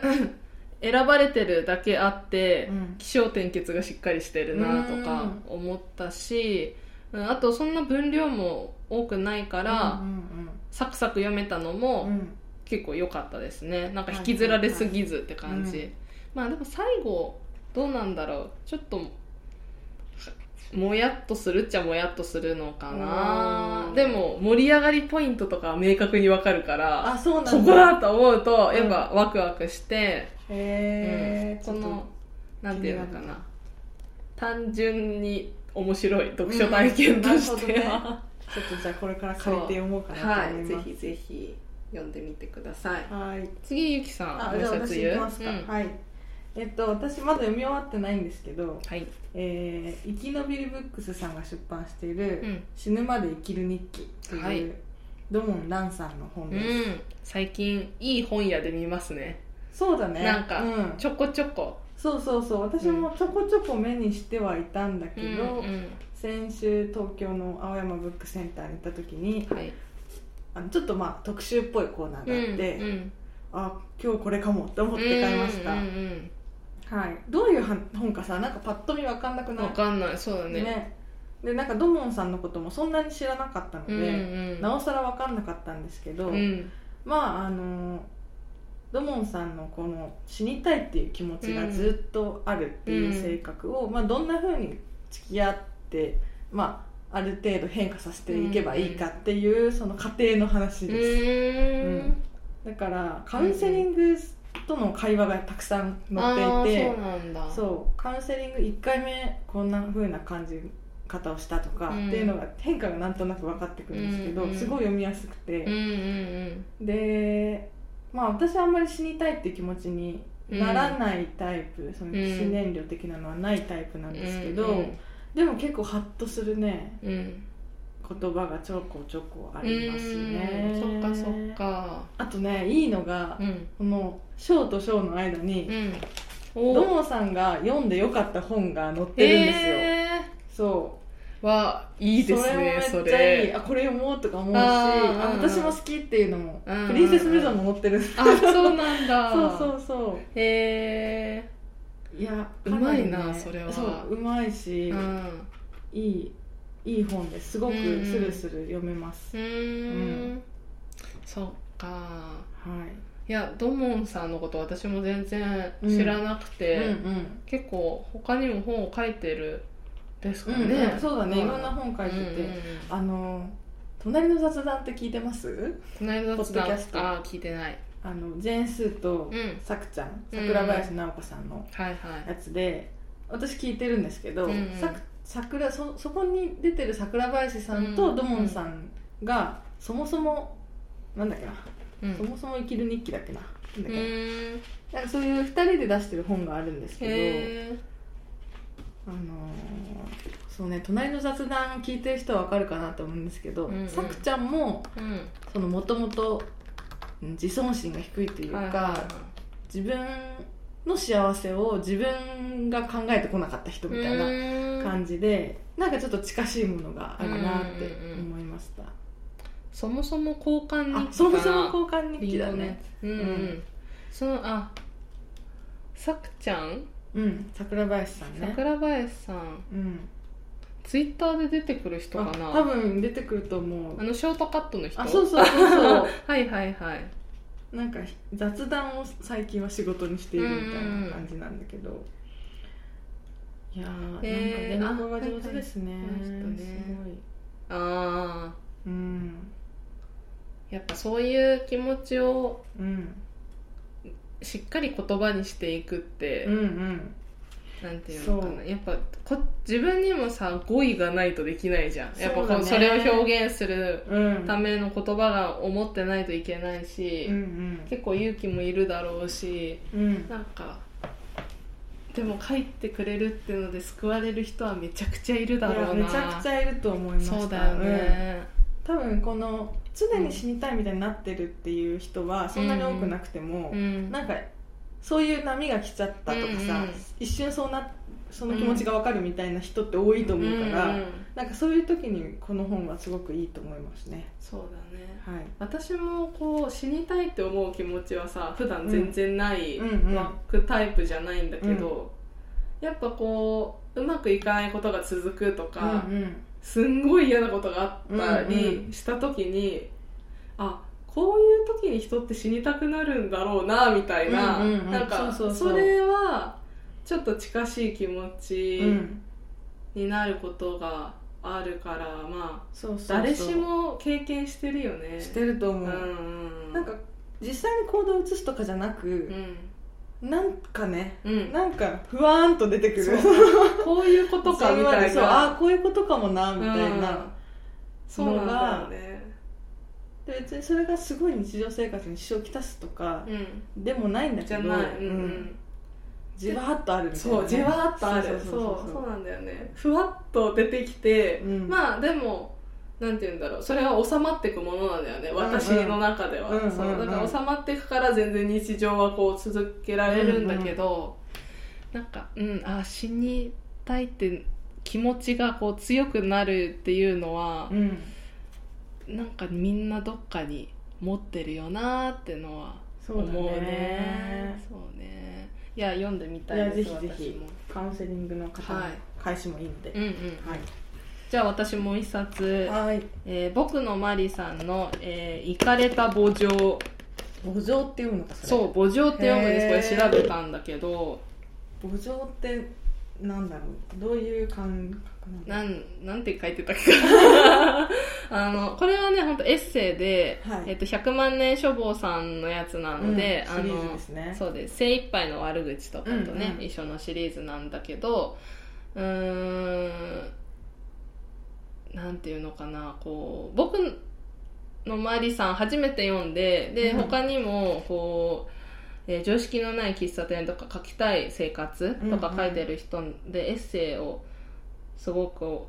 A: 選ばれてるだけあって、
B: うん
A: 気象転結がしっかりしてるなとか思ったし、うん、あとそんな分量も多くないから、
B: うん
A: サクサク読めたの
B: うんう
A: も
B: ん
A: 結構良かったですねなんか引きずられすぎずって感じ、
B: はいはい
A: まあでも最後どうなんだろうちょっともやっとするっちゃもやっとするのか
B: う
A: なんでも盛り上がりポイントとかは明確にわかるから
B: あそうなんだ
A: ここだと思うと
B: うん
A: やっぱワクワクして、
B: へえ、
A: こ
B: ちょっ
A: の
B: と
A: なんていうのか
B: 気になる
A: な単純に面白い読書体験として
B: うんなるほ
A: は、
B: ちょっとじゃあこれから借りて読もうかな
A: は
B: と思い
A: いぜ
B: ます。
A: ひぜひ読んでみてください
B: はい。はい。
A: 次ゆきさん
B: あ、
A: もう
B: じゃあ
A: 一つ
B: 私
A: 言う
B: 行きますか。
A: うん
B: はい。えっと私まだ読み終わってないんですけど、
A: はい、
B: えー、生き延びるブックスさんが出版している、
A: うん
B: 死ぬまで生きる日記という、
A: はい
B: ドモンランさんの本
A: う
B: です。
A: ん、最近いい本屋で見ますね
B: そうだね。
A: なんか
B: うん、
A: ちょこちょこ
B: そうそうそう。私もちょこちょこ目にしてはいたんだけど、
A: うん
B: 先週東京の青山ブックセンターに行った時に、
A: うんはい、
B: あのちょっとまあ特集っぽいコーナーがあって。
A: うんうん
B: あ今日これかもって思って買いました、
A: うんうん
B: はい、どういうは本かさなんかパッと見分かんなく
A: うん
B: ない
A: わかんないそうだね
B: でなんかドモンさんのこともそんなに知らなかったの
A: う
B: で、
A: んうん
B: なおさら分かんなかったんですけど、
A: うん
B: まああのドモンさんのこの死にたいっていう気持ちがずっとあるっていう性格を、まあ、どんな風に付き合って、まあ、ある程度変化させていけばいいかっていうその過程の話
A: う
B: です。
A: ーん
B: だからカウンセリングとの会話がたくさん載
A: あ
B: っ
A: あ
B: ていて、
A: そうなんだ
B: そうカウンセリング1回目こんな風な感じ方をしたとか、
A: うん
B: っていうのが変化がなんとなく分かってくるんですけど、
A: うんうん
B: すごい読みやすく
A: うん
B: て、
A: うんうん
B: でまあ私はあんまり死にたいっていう気持ちにならないタイプ、その
A: ん
B: 死念慮的なのはないタイプなんですけど、
A: うん
B: でも結構ハッとするね
A: うん
B: 言葉がちょこちょこありますね、
A: うんそっかそっか
B: あとねいいのが、
A: うん
B: この章と章の間
A: う
B: に、
A: ん
B: ど
A: お
B: もさんが読んでよかった本が載ってるんですよ、
A: え
B: そ
A: ーわ
B: う
A: い
B: い
A: いですね
B: それも
A: そ
B: めっちゃいい
A: れ
B: あこれ読もうとか思うし
A: あー
B: あ私も好きっていうのもプリンセス・ブザ
A: も
B: も載ってるそ
A: あそうなんだ
B: うそううそ
A: へえ
B: ういや
A: うまいな
B: かなり
A: それは
B: そううまいし、
A: うん
B: いいいい本ですすごく
A: うんうん
B: スルスル読めます、
A: うー
B: うん
A: そっか
B: はい、
A: いやドモンさんのこと私も全然知らなくて、
B: うん
A: 結構他にも本を書いてるです
B: う
A: か
B: ん、
A: ね、
B: うんそうだねいろんな
A: を
B: 本書いてて、
A: うんうんうん
B: あの隣の雑談って聞いてます
A: この間
B: ポッドキャスト
A: ああ聞いてない
B: あのジェーン・スーと
A: うん
B: さくちゃん
A: うん
B: 桜林直子さんの
A: はいはい
B: やつで私聞いてるんですけど、
A: うんうん
B: さく桜そそこに出てる桜林さんと
A: うん
B: ドモンさんがそもそもなんだっけな、
A: うん
B: そもそも生きる日記だっけななんだっ
A: う
B: けな,、
A: ーん
B: なんかそういう2人で出してる本があるんですけど、
A: へ
B: あのーそうね隣の雑談聞いてる人はわかるかなと思うんですけど
A: うんうん
B: さく、ちゃんも
A: えうん
B: そのもともと自尊心が低いというか、
A: はいはいは
B: 自分の幸せを自分が考えてこなかった人みたいな
A: な
B: 感じで、なんかちょっと近しいものがあるなって
A: うんうんうん
B: 思いました、
A: そもそも交換日記かな
B: あそもそも交換日記だね
A: リンゴのやつうん、うんそのあさくちゃん
B: うん桜林さんね
A: 桜林さん
B: うん
A: ツイッターで出てくる人か
B: あ
A: な
B: 多分出てくると思う
A: あのショートカットの人
B: あそうそうそう そ
A: はいはいはいう
B: なんか雑談を最近は仕事にしているみたいな感じなんだけど、いや
A: へ
B: ー、
A: ー
B: なんか言語が上手ですね,、
A: はいはいこの人ね
B: すごい
A: ああ
B: うん
A: やっぱそういう気持ちを
B: うん
A: しっかり言葉にしていくって、
B: うんうん
A: なんていうのか
B: そ
A: な
B: う
A: やっぱこ自分にもさ語彙がないとできないじゃんやっぱ
B: そうだ
A: こう
B: ね
A: それを表現する
B: うん
A: ための言葉が思ってないといけないし、
B: うん
A: 結構勇気もいるだろうし
B: うんうん
A: なんかでも書いてくれるっていうので救われる人はめちゃくちゃいるだろう
B: いやめ
A: な
B: ちゃくちゃいると思いました
A: そうだよね、
B: うん多分この常に死にたいみたいになってるっていう人はそんなに多くなくても、
A: うん
B: なんかそういう波が来ちゃったとかさ、
A: うんうん
B: 一瞬そうなその気持ちがわかるみたいな人って多いと思うから、
A: んん
B: なんかそういう時にこの本はすごくいいと思いますね
A: そうだね
B: はい
A: 私もこう死にたいって思う気持ちはさ普段全然ない
B: うん
A: ワ
B: うんうん
A: ークタイプじゃないんだけど、やっぱこううまくいかないことが続くとか、
B: うん
A: すんごい嫌なことがあった
B: うんう
A: りした時に、あこういう時に人って死にたくなるんだろうなみたいな、
B: うんうんうん
A: なんか
B: そうそうそう
A: れはちょっと近しい気持
B: うんう
A: ち
B: ん
A: になることがあるからまあ
B: そうそうそう
A: 誰しも経験してるよね
B: してると思
A: う
B: う、
A: んうん
B: なんか実際に行動を移すとかじゃな
A: う
B: く、
A: ん
B: なんかね
A: うん
B: なんかふわーんと出てくる
A: そこういうことかみたい
B: そう
A: な
B: ああこういうことかもなみ
A: み
B: たいな、
A: そうなんだよね
B: で別にそれがすごい日常生活に支障をきたすとか
A: うん
B: でもないんだけ
A: じ
B: ど
A: ゃない、
B: う
A: うんうんん、
B: じわーっとあるみたいな
A: そうじわーっとある
B: そ
A: そうう
B: そ
A: そうう
B: そう
A: なんだよねふわっと出てきて、
B: うん
A: まあでもなんて言うんだろうそれは収まっていくものなんだよね私の中では、
B: うんうん
A: そ
B: うんうん
A: うだから収まっていくから全然日常はこう続けられるんだけど、なんかうんあ死にたいって気持ちがこう強くなるっていうのは
B: う、ん
A: なんかみんなどっかに持ってるよなーってのは
B: そう
A: 思
B: だ
A: う
B: ね
A: ねそうねいや読んでみた
B: いや
A: い
B: ぜ
A: で
B: ひ
A: す
B: ぜひカウンセリングの方の
A: はい
B: 返しもいいので
A: 私も、うんうん、
B: はい
A: じゃあ私もう一冊
B: はい
A: えー僕のマリさんの「えーイカれた墓場」
B: 墓場っていうのかそれ
A: そう墓場って読むん
B: へー
A: ですこれ調べたんだけど
B: 墓場ってなんだろうどういう感覚なんだろ
A: なんなんて書いてたっけ あのこれはね本当エッセイで、
B: はい
A: えっと100万年処方さんのやつな
B: う
A: ので、
B: うん
A: あ
B: シリーズ
A: の
B: ですね
A: そうです精一杯の悪口とかとね、
B: うんうん
A: 一緒のシリーズなんだけどうーんなんていうのかなこう僕のマリさん初めて読んでで、
B: うん
A: 他にもこう、えー常識のない喫茶店とか書きたい生活とか書いてる人でエッセイをすごく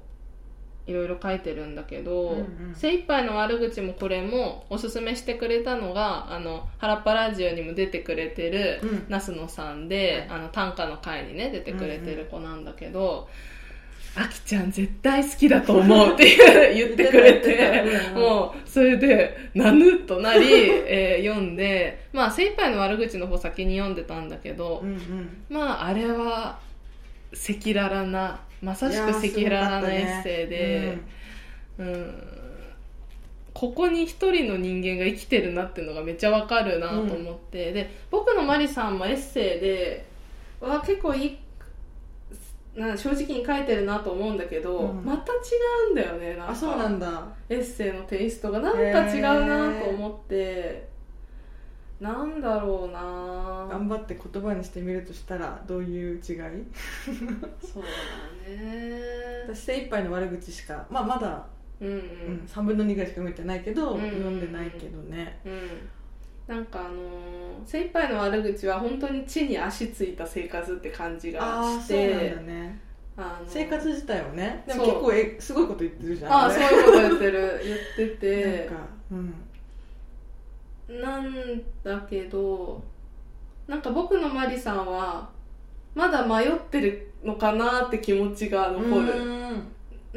A: いろいろ書いてるんだけど、
B: うんうん
A: 精一杯の悪口もこれもおすすめしてくれたのがあの原っぱラジオにも出てくれてる
B: うん
A: 那須野さんで、あの短歌の会にね出てくれてる子なんだけど「あ、き、ちゃん絶対好きだと思う」っていう言ってくれて。
B: も
A: もうそれで「なぬ」と なり、えー読んでまあ精一杯の悪口の方先に読んでたんだけど、
B: うんうん
A: まああれは赤裸々なまさしく赤裸々なエッセイで。うんここに一人の人間が生きてるなっていうのがめっちゃわかるなと思って、で僕のマリさんもエッセイでは結構いいな正直に書いてるなと思うんだけど、
B: うん
A: また違うんだよねなんか
B: あそうなんだ
A: エッセイのテイストがなんか違うなと思って、なんだろうな
B: 頑張って言葉にしてみるとしたらどういう違い
A: そうだね
B: 私精一杯の悪口しか、まあ、まだ、
A: うんう
B: うんん、3分の2ぐらいしか読めてないけど、
A: うん
B: 読んでないけどね
A: うんなんかあのー精一杯の悪口は本当に地に足ついた生活って感じが
B: ああ
A: し
B: そうなん
A: て
B: だね
A: あのー
B: 生活自体はねでも
A: そう
B: 結構えすごいこと言ってるじゃん
A: ああ
B: れ
A: そういうこと言ってる言ってて
B: なんか、うん、
A: なんだけどなんか僕のマリさんはまだ迷ってるのかなって気持ちが残る
B: う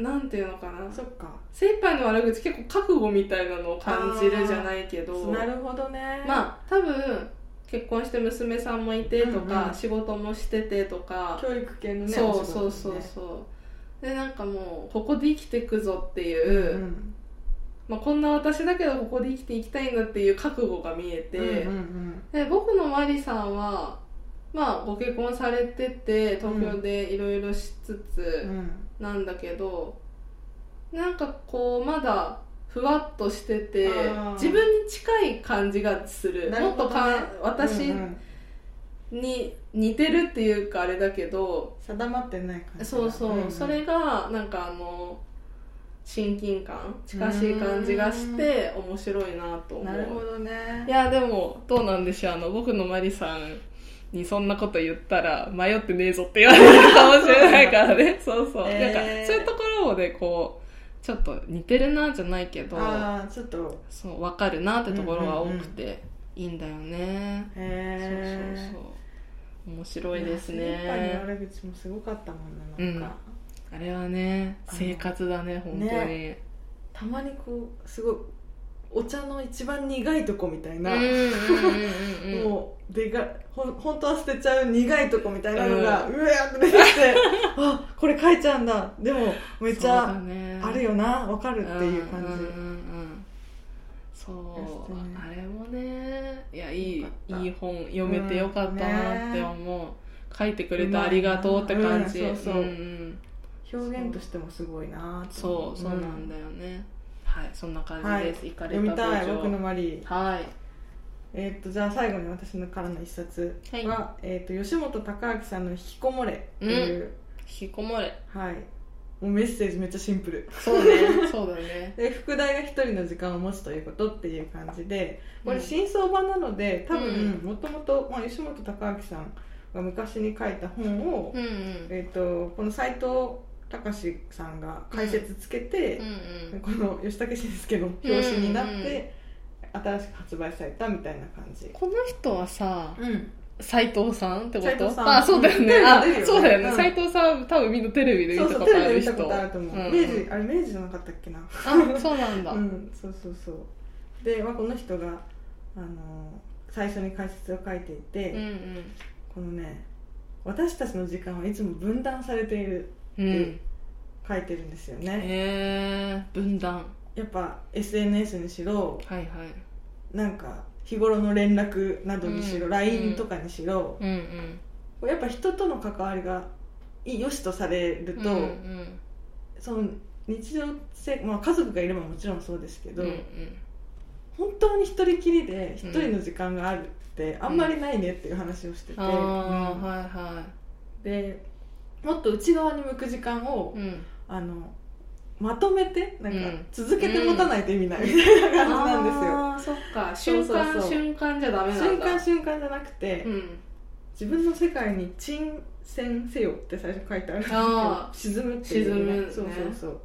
B: ん
A: なんていうのかな
B: そっか
A: 精一杯の悪口結構覚悟みたいなのを感じるじゃないけど
B: なるほどね
A: まあ多分結婚して娘さんもいてとか、
B: うんうん
A: 仕事もしててとか、
B: 教育系のね
A: そ
B: お
A: う
B: 仕事
A: そ
B: も
A: う
B: ね
A: そうそうでなんかもうここで生きていくぞっていうう、
B: ん
A: まあ、こんな私だけどここで生きていきたいんだっていう覚悟が見えて、
B: うんうん
A: で僕のマリさんはまあご結婚されてて東京でいろいろしつ
B: う
A: つ
B: ん
A: なんだけど、なんかこうまだふわっとしてて
B: あー
A: 自分に近い感じがする
B: なる
A: もっ
B: ほど
A: と
B: ね
A: かん私、
B: うんうん
A: に似てるっていうかあれだけど
B: 定まってない感じ
A: そうそう、
B: んん
A: それがなんかあの親近感近しい感じがして面白いなと思う
B: なるほどね
A: いやでもどうなんでしょうあの僕のマリさんにそんなこと言ったら迷ってねえぞって言われるかもしれないからね そうそう、
B: えー
A: なんかそういうところでこうちょっと似てるなじゃないけど
B: ああちょっと
A: そう分かるなってところが多くていいんだよね、
B: へえ
A: そうそうそう面白いです
B: 精一杯の
A: ね
B: 悪口もすごかったもんななんか、
A: あれはね
B: あの
A: 生活だね本当に、
B: たまにこうすごいお茶の一番苦いとこみたい
A: うん
B: な、
A: うんうんうんうん
B: もうでがほん本当は捨てちゃう苦いとこみたいなのが、うわーって出てきて あこれ書いちゃうんだでもめっち
A: そうだ
B: ゃ
A: ね
B: あるよなわかるっていう感じ、
A: んんうんうんそう、
B: ですね
A: あれもねいやい
B: よ
A: い
B: かった
A: いい本読めてよかったなって思う、書いてくれてありがとうって感じ、
B: うんねうんそうそう
A: うんうん
B: 表現としてもすごいなと
A: そうそうなんだよね、はいそんな感じです、行かれ
B: 読み
A: た
B: たい
A: 墓場
B: 僕のマリー
A: はい
B: えー、とじゃあ最後に私のからの一冊は、えー、と吉本隆明さんの「引きこもれ」という、
A: 引きこもれ
B: はい、もうメッセージめっちゃシンプル
A: そうね そうだね
B: で副題が「一人の時間を持つということ」っていう感じでこ
A: う
B: れ
A: ん
B: 真相版なので多分
A: う
B: もともと吉本隆明さんが昔に書いた本を、
A: うんうん
B: えー、とこの斎藤隆さんが解説つけて、
A: うんうん
B: この吉武慎介の表紙になって、新しく発売されたみたいな感じ。
A: この人はさ
B: うん、
A: 斎藤さんってこ
B: 斎
A: と
B: 藤さん
A: あそうだよね
B: うん
A: あ
B: テレビ出るよね
A: そうだよね
B: うん
A: 斎、藤さん多分みんなテレビで見
B: そ
A: た
B: うそう
A: こ
B: テ
A: と
B: レビ
A: あ
B: で見
A: る人
B: たことあると思う、
A: ん
B: 明
A: ん
B: 治あれ明治じゃなかったっけな
A: あそうなんだ、
B: うんそうそうそうで、まあ、この人が、あのー最初に解説を書いていて、
A: うん
B: このね私たちの時間はいつも分断されている
A: うんうん
B: 書いてるんですよ
A: へ
B: ね
A: え分断
B: やっぱ SNS にしろ
A: はいはい
B: なんか日頃の連絡などにしろ、
A: うん
B: LINE とかにしろ、
A: うんうん
B: やっぱ人との関わりが良しとされると、
A: うんうん
B: その日常せ、まあ、家族がいればもちろんそうですけど、
A: うん
B: 本当に一人きりで
A: うん
B: 一人の時間があるってあんまりないねっていう話をしてて、
A: ああ、
B: うん
A: はいは
B: でもっと内側に向く時間を、
A: い、うん、
B: あのまとめてなんか
A: うん
B: 続けて持たないと意味ないみたいな感じなん
A: ああそっか
B: そう
A: 瞬
B: そう
A: 間
B: そう
A: 瞬間じゃダ
B: で
A: メ
B: す
A: な
B: よ、
A: んだ
B: 瞬間瞬間じゃなくて、
A: うん
B: 自分の世界に沈潜せよって最初書いてあるんですけ
A: あ
B: ど沈むっていう、
A: 沈むね
B: そうそうそう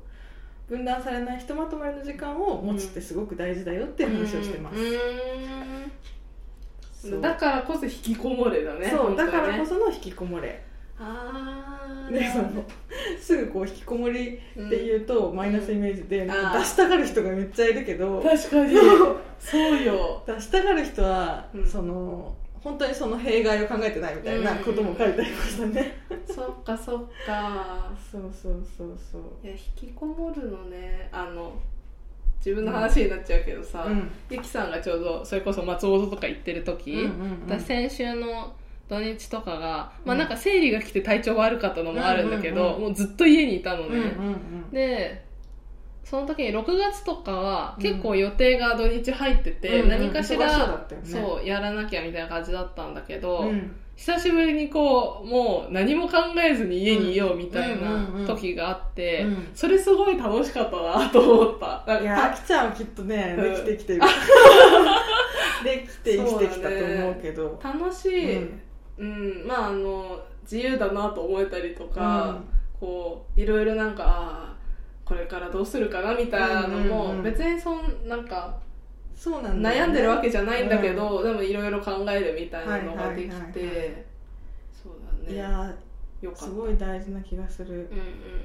B: 分断されないひとまとまりの時間を持つってすごく大事だよっていう話をしてます、
A: う
B: そ
A: ん
B: う
A: うんだからこそ引きこもれだね
B: そうだからこ
A: そ
B: その引きこもれ
A: ああ
B: でそのすぐこう引きこもりっ
A: っ
B: ていうとマイナスイメージで、なんか出したがる人がめっちゃいるけど
A: 確かに
B: そう
A: そう よ
B: 出したがる人は、
A: うん
B: その本当にその弊害を考えてないみたいなことも書いてありましたね、
A: そっかそっか
B: そうそうそうそう
A: いや引きこもるのねあの自分の話になっちゃうけどさ、
B: うん
A: ゆきさんがちょうどそれこそ松本とか行ってる時、
B: うんうんうん
A: 私先週の土日とかが、
B: うん
A: まあなんか生理が来て体調悪かったのもあるんだけど、
B: うんうんうん
A: もうずっと家にいたのね、
B: うんうん
A: でその時に6月とかは
B: うん
A: 結構予定が土日入って
B: う
A: て、
B: んうん
A: 何かし
B: 忙しそう
A: ら
B: だったよね
A: そうやらなきゃみたいな感じだったんだけど、
B: うんうん
A: 久しぶりにこうもう何も考えずに家にいようみたい
B: うん
A: な
B: うんうんうん
A: 時があって、
B: うん
A: それすごい楽しかったなと思ったなんか
B: いや、あきちゃんはきっとね、
A: うん
B: できてきてる。 できて生きてきたと思うけど。
A: 楽し
B: う
A: い、
B: ん
A: うん、まああの自由だなと思えたりとか、こういろいろなんかあーこれからどうするかなみたいなのも、
B: うんうんうん
A: 別にそんなんか
B: そうなんだよね
A: 悩んでるわけじゃないんだけど、でもいろいろ考えるみたいなのができて、
B: はいはいはいはい
A: そうだ
B: い
A: ね
B: や
A: よ
B: ー、
A: か
B: す
A: った、
B: ごい大事な気がする。
A: うんうん、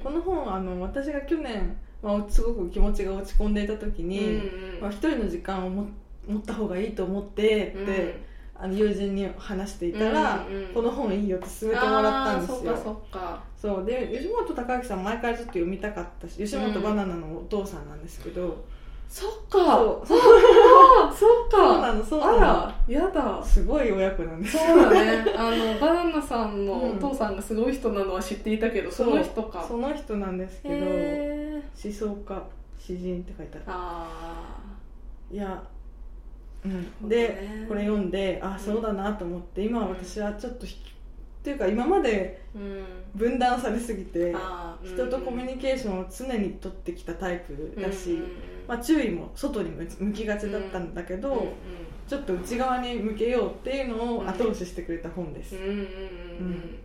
B: この本、あの、私が去年、まあ、すごく気持ちが落ち込んでいた時に、
A: うんうん
B: まあ、一人の時間をも持った方がいいと思って
A: うん
B: って、あの友人に話していたら、
A: うんうん
B: この本いいよって勧めてもらったんですよ。
A: あーそっかそっか
B: そうで吉本隆明さん前からちょっと読みたかったし吉本バナナのお父さんなんですけど、
A: そっか
B: そうそう
A: あーそっ
B: そう
A: か
B: なのそう
A: あ
B: な
A: らやだ
B: のすごい親子なんです
A: そうだ ねあのバナナさんのお父さんがすごい人なのは知っていたけど、その人か
B: その人なんですけど
A: へ
B: 思想家詩人って書いてあ
A: ーあ
B: るいやうん
A: そう
B: で
A: だね
B: これ読んであそうだなと思って今私はちょっと引きっていうか今まで
A: ーうん
B: 分断されすぎて
A: あー
B: 人とコミュ
A: ニ
B: ニケーションを常に取ってきたタイプだし、
A: うんうん
B: まあ、注意も外に向向きがちだったんだけど、
A: うん
B: ちょっと内側に向けようっていうの
A: う
B: を
A: ん
B: 後押ししてくれた本です、
A: うんうんうんうんう
B: うんん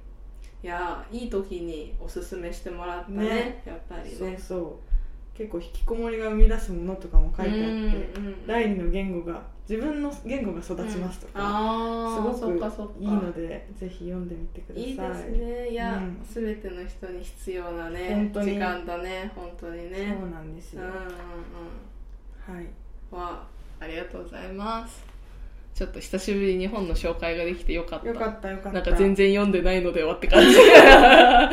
A: いやーいい時におすすめしてもらったね
B: ね
A: やっぱり
B: そう
A: ね
B: そう結構引きこもりが生み出すものとかも書いてあって、
A: うんうん
B: 第二の言語が自分の言語が育ちますとか、
A: ああ
B: す
A: そっ
B: ご
A: かそっか
B: くいいのでぜひ読んでみてください
A: いいですねいや、
B: うん
A: すべての人に必要なね
B: 本当に
A: 時間だね本当に
B: そ
A: ね
B: うなんです
A: うん
B: よ、
A: うん
B: はい
A: うんわありがとうございますちょっと久しぶりに本の紹介ができてよかった
B: よかったよかった
A: なんか全然読んでないのではって感 じあ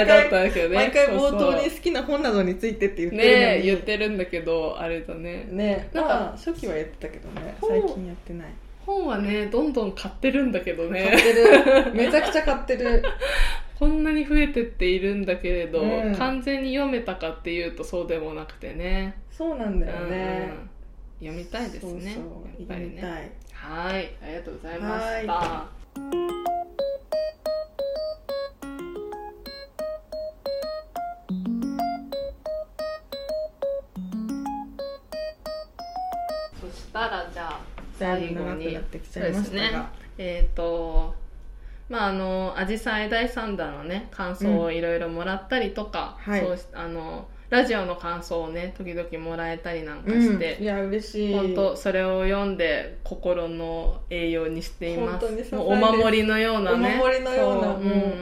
A: れだったんだけどね
B: 毎回
A: そう
B: 冒
A: そう
B: 頭に好きな本などについてって言ってるの
A: ね
B: に
A: 言ってるんだけどあれだね
B: ね
A: なんか
B: まあ初期はやってたけどね
A: そう
B: 最近やってない
A: 本はねどんどん買ってるんだけど
B: 買っ
A: ね
B: てるめちゃくちゃ買ってる
A: こんなに増えてっているんだけれど、
B: うん
A: 完全に読めたかっていうとそうでもなくてね
B: そうなんだよね、
A: うん読みたいですね
B: そうそう
A: やっぱり
B: 読み
A: ね
B: たい
A: はいありがとうございました
B: は
A: そしたらじゃあ
C: だ
A: 最
C: いぶ
A: 後
C: 長く
A: に
C: なってきちゃいましたが、
A: えっ、とまああの「あじさい第3弾」のね感想をいろいろもらったりとか、
C: はい
A: そうしあのラジオの感想をね時々もらえたりなんか
C: うん
A: して
B: い、や嬉しい
A: 本当それを読んで心の栄養にしています
B: 本当に支えです
A: もうお守りのようなね
B: お守りのような
A: そ
B: もう
A: うんうん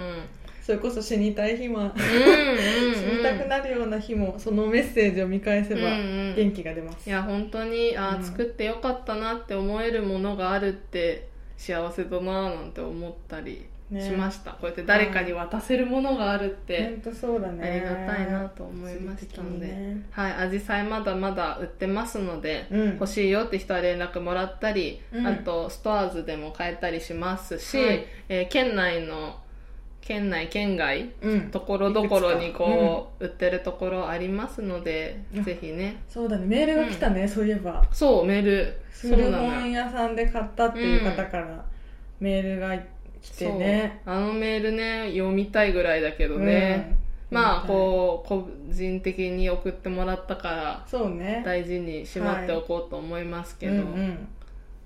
B: それこそ死にたい日も死
A: うんうん
B: にたくなるような日もそのメッセージを見返せば
A: うんうん
B: 元気が出ます、
A: いや本当にあー、
B: うん
A: 作ってよかったなって思えるものがあるって幸せだなーなんて思ったりしました、こうやって誰かに渡せるものがあるって
B: 本当そうだね
A: ありがたいなと思いましたので、
B: 物理的にね
A: はいアジサイまだまだ売ってますので、
B: うん
A: 欲しいよって人は連絡もらったり、
B: うん
A: あとストアーズでも買えたりしますし、
B: はい
A: えー県内の県内県外
B: うん
A: ところどころにこう、売ってるところありますので、
B: うん
A: ぜひね
B: そうだねメールが来たね、そういえば
A: そうメールそう
B: 古
A: なのよ
B: 本屋さんで買ったっていう方からメールが来てね、
A: そうあのメールね読みたいぐらいだけどね、
B: うん
A: まあ
B: はい
A: こう個人的に送ってもらったから
B: そうね
A: 大事にしまっておこうと思いますけど、
B: うんうん、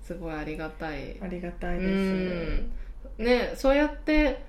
A: すごいありがたい
B: ありがたいです、
A: うんねそうやって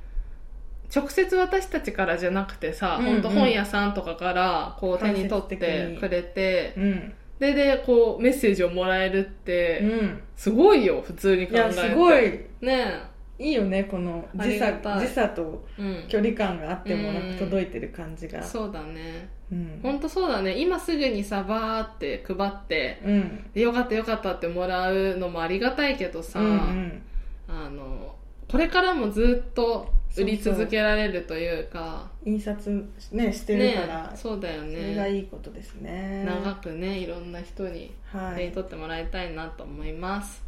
A: 直接私たちからじゃなくてさ、
B: うん
A: ほ
B: うん
A: んと本屋さんとかからこう手に取っ
B: 間接的
A: て
B: に
A: くれて
B: うん
A: ででこうメッセージをもらえるっ
B: う
A: て
B: ん、
A: すごいよ普通に考
B: い
A: えたら
B: やすごい
A: ね
B: いいよねこの
A: あり
B: 時
A: が
B: 差
A: たい
B: 時差と
A: うん
B: 距離感があってもな
A: うん
B: く届いてる感じが
A: そうだね
B: うん
A: ほんとそうだね今すぐにさバーって配って
B: うん
A: でよかったよかったってもらうのもありがたいけどさ、
B: うんうん
A: あのこれからもずっと売り続けられるというか
B: 印刷ねしてるから、
A: ねそうだよ
B: それが
A: ね
B: いいことですね
A: 長くねいろんな人に
B: は
A: 手に
B: い
A: 取ってもらいたいなと思います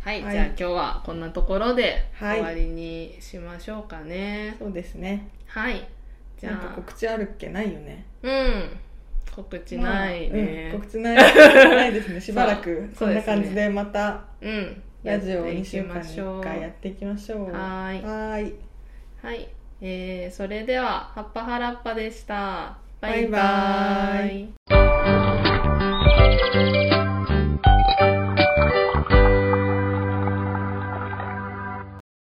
A: はい、
B: はい
A: じゃあ今日はこんなところで
B: はい
A: 終わりにしましょうかね
B: そうですね
A: はい、じ
B: なんか
A: ゃあ
B: 告知あるっけないよね
A: うん告知ない
B: ま
A: ね、
B: あうん告知ないない ですねしばらくこ
A: そうん
B: な
A: そう
B: 感
A: ですね
B: じでまた
A: うん、
B: ラジオを2
A: し
B: 週間
A: ま
B: に
A: しょ
B: 1
A: う
B: 回やっていきましょう
A: はーい
B: ーい
A: はい、えー、それでは「はっぱはらっぱ」でしたバイバ
B: バイバ
A: ー
B: ー
A: イ